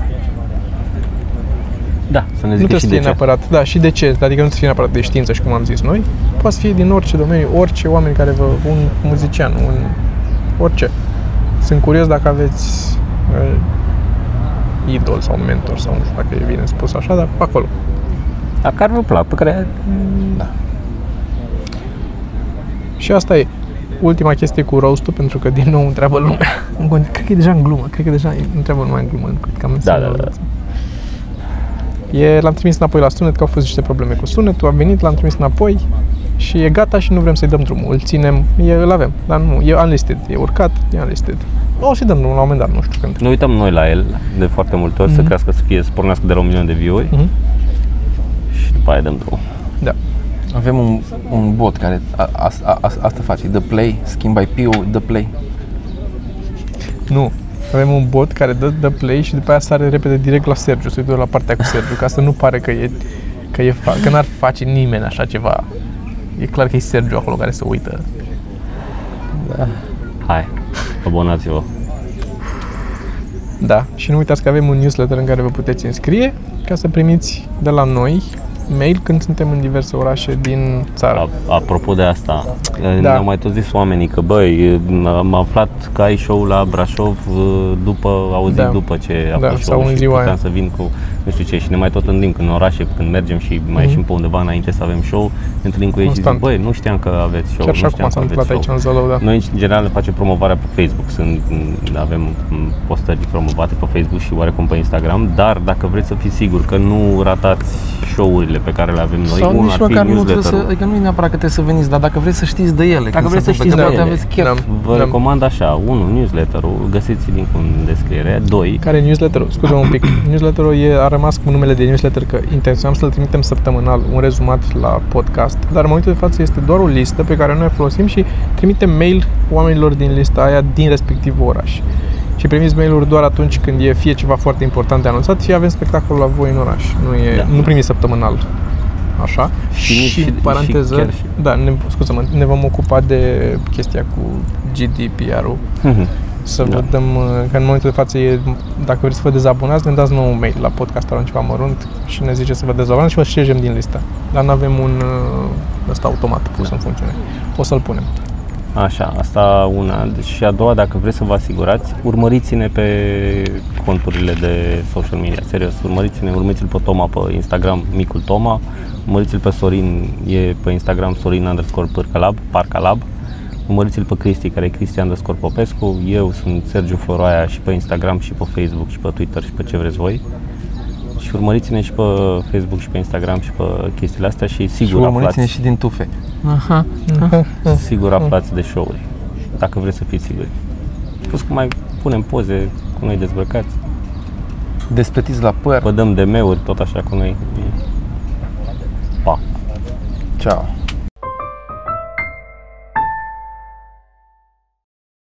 [SPEAKER 5] Da, să ne
[SPEAKER 4] Nu
[SPEAKER 5] zică
[SPEAKER 4] trebuie
[SPEAKER 5] și
[SPEAKER 4] să
[SPEAKER 5] de
[SPEAKER 4] fie
[SPEAKER 5] ce.
[SPEAKER 4] neapărat, da, și de ce, adică nu trebuie să fie neapărat de știință și cum am zis noi, poate să fie din orice domeniu, orice oameni care vă, un muzician, un, orice. Sunt curios dacă aveți uh, idol sau mentor sau nu știu dacă e bine spus așa, dar pe acolo.
[SPEAKER 5] Dar care vă plac, pe care
[SPEAKER 4] Și asta e ultima chestie cu roast pentru că din nou întreabă lumea. În continu- Cred că e deja în glumă, cred că deja întreabă lumea în glumă. Cred că am
[SPEAKER 5] Da, da, da.
[SPEAKER 4] E, l-am trimis înapoi la sunet, că au fost niște probleme cu sunetul, am venit, l-am trimis înapoi și e gata și nu vrem să-i dăm drumul. Îl ținem, e, îl avem, dar nu, e unlisted, e urcat, e unlisted. O să-i dăm drumul la un moment dat, nu știu când.
[SPEAKER 5] ne uităm noi la el de foarte multe ori mm-hmm. să crească, să fie, să pornească de la un milion de view-uri
[SPEAKER 4] Mhm.
[SPEAKER 5] și după aia dăm drumul.
[SPEAKER 4] Da.
[SPEAKER 3] Avem un, un bot care a, a, a, a, asta face. The play, schimb by PO, the play.
[SPEAKER 4] Nu. Avem un bot care dă, dă play și după aia sare repede direct la Sergiu, se uită la partea cu Sergiu, ca să nu pare că e, că, e fa- că n-ar face nimeni așa ceva. E clar că e Sergiu acolo care se uită.
[SPEAKER 5] Hai, abonați-vă.
[SPEAKER 4] Da. Și nu uitați că avem un newsletter în care vă puteți înscrie ca să primiți de la noi mail când suntem în diverse orașe din țară.
[SPEAKER 5] A- Apropo de asta, da.
[SPEAKER 4] Da.
[SPEAKER 5] ne-au mai tot zis oamenii că, băi, am aflat că ai show la Brașov uh, după, auzit
[SPEAKER 4] Da.
[SPEAKER 5] da. după ce a
[SPEAKER 4] Da,
[SPEAKER 5] fost
[SPEAKER 4] sau
[SPEAKER 5] show
[SPEAKER 4] în
[SPEAKER 5] și
[SPEAKER 4] ziua
[SPEAKER 5] puteam
[SPEAKER 4] aia.
[SPEAKER 5] să vin cu nu știu ce și ne mai tot întâlnim în orașe când mergem și mai ieșim pe undeva înainte să avem show, ne întâlnim cu ei și zic,
[SPEAKER 4] Mhm. Constant.
[SPEAKER 5] băi, nu știam că aveți show,
[SPEAKER 4] Chiar și
[SPEAKER 5] nu
[SPEAKER 4] acum
[SPEAKER 5] știam
[SPEAKER 4] s-a
[SPEAKER 5] că
[SPEAKER 4] întâmplat
[SPEAKER 5] aveți
[SPEAKER 4] aici
[SPEAKER 5] show.
[SPEAKER 4] în Zalău, da.
[SPEAKER 5] Noi, în general, facem promovarea pe Facebook, Sunt, m, avem m, postări promovate pe Facebook și oarecum pe Instagram, dar dacă vreți să fiți siguri că nu ratați show-urile pe care le avem noi,
[SPEAKER 3] Sau
[SPEAKER 5] unul
[SPEAKER 3] nici
[SPEAKER 5] ar fi
[SPEAKER 3] măcar nu trebuie
[SPEAKER 5] newsletter-ul.
[SPEAKER 3] să, adică nu e neapărat că trebuie să veniți, dar dacă vreți să știți de ele. când
[SPEAKER 5] vreți
[SPEAKER 3] se
[SPEAKER 5] să
[SPEAKER 3] întâmplă,
[SPEAKER 5] știți
[SPEAKER 3] că
[SPEAKER 5] de
[SPEAKER 3] poate aveți chef.
[SPEAKER 4] Da.
[SPEAKER 5] Vă
[SPEAKER 4] Da.
[SPEAKER 5] recomand așa, 1. Newsletter-ul, găsiți link în descriere, 2.
[SPEAKER 4] Care e newsletter-ul? Scuze un pic. Newsletter-ul e, a rămas cu numele de newsletter că intenționam să-l trimitem săptămânal, un rezumat la podcast, dar în momentul de față este doar o listă pe care noi o folosim și trimitem mail oamenilor din lista aia din respectiv oraș. Și primiți mail-uri doar atunci când e fie ceva foarte important de anunțat, fie avem spectacol la voi în oraș. Nu, e,
[SPEAKER 5] Da.
[SPEAKER 4] nu primiți săptămânal. Așa.
[SPEAKER 5] Și-
[SPEAKER 4] și,
[SPEAKER 5] și-
[SPEAKER 4] paranteză,
[SPEAKER 5] și chiar și-
[SPEAKER 4] da, ne, scuze-mă, ne vom ocupa de chestia cu GDPR-ul să
[SPEAKER 5] Da.
[SPEAKER 4] da. vă dăm, uh, că în momentul de față e, dacă vreți să vă dezabonați, ne dați nou un mail la podcastul ceva mărunt și ne zice să vă dezabonați și vă ștergem din listă. Dar nu avem un uh, ăsta automat pus în funcțiune. O să-l punem.
[SPEAKER 5] Așa, asta una. Deci, și a doua, dacă vreți să vă asigurați, urmăriți-ne pe conturile de social media. Serios, urmăriți-ne, urmăriți-l pe Toma pe Instagram, micul Toma, urmăriți-l pe Sorin, e pe Instagram Sorin underscore Parcalab, Parcalab. Urmăriți-l pe Cristi, care e Cristian underscore Popescu. Eu sunt Sergiu Floroaia și pe Instagram, și pe Facebook, și pe Twitter, și pe ce vreți voi. Și urmăriți-ne și pe Facebook, și pe Instagram, și pe chestiile astea și
[SPEAKER 3] Și
[SPEAKER 5] sigur
[SPEAKER 3] urmăriți-ne
[SPEAKER 5] aflați
[SPEAKER 3] și din tufe.
[SPEAKER 5] sigur aflați de show-uri, dacă vreți să fiți siguri. Plus că mai punem poze cu noi dezbrăcați,
[SPEAKER 3] Despletiți la păr.
[SPEAKER 5] vă dăm DM-uri tot așa cu noi. Pa!
[SPEAKER 3] Ciao.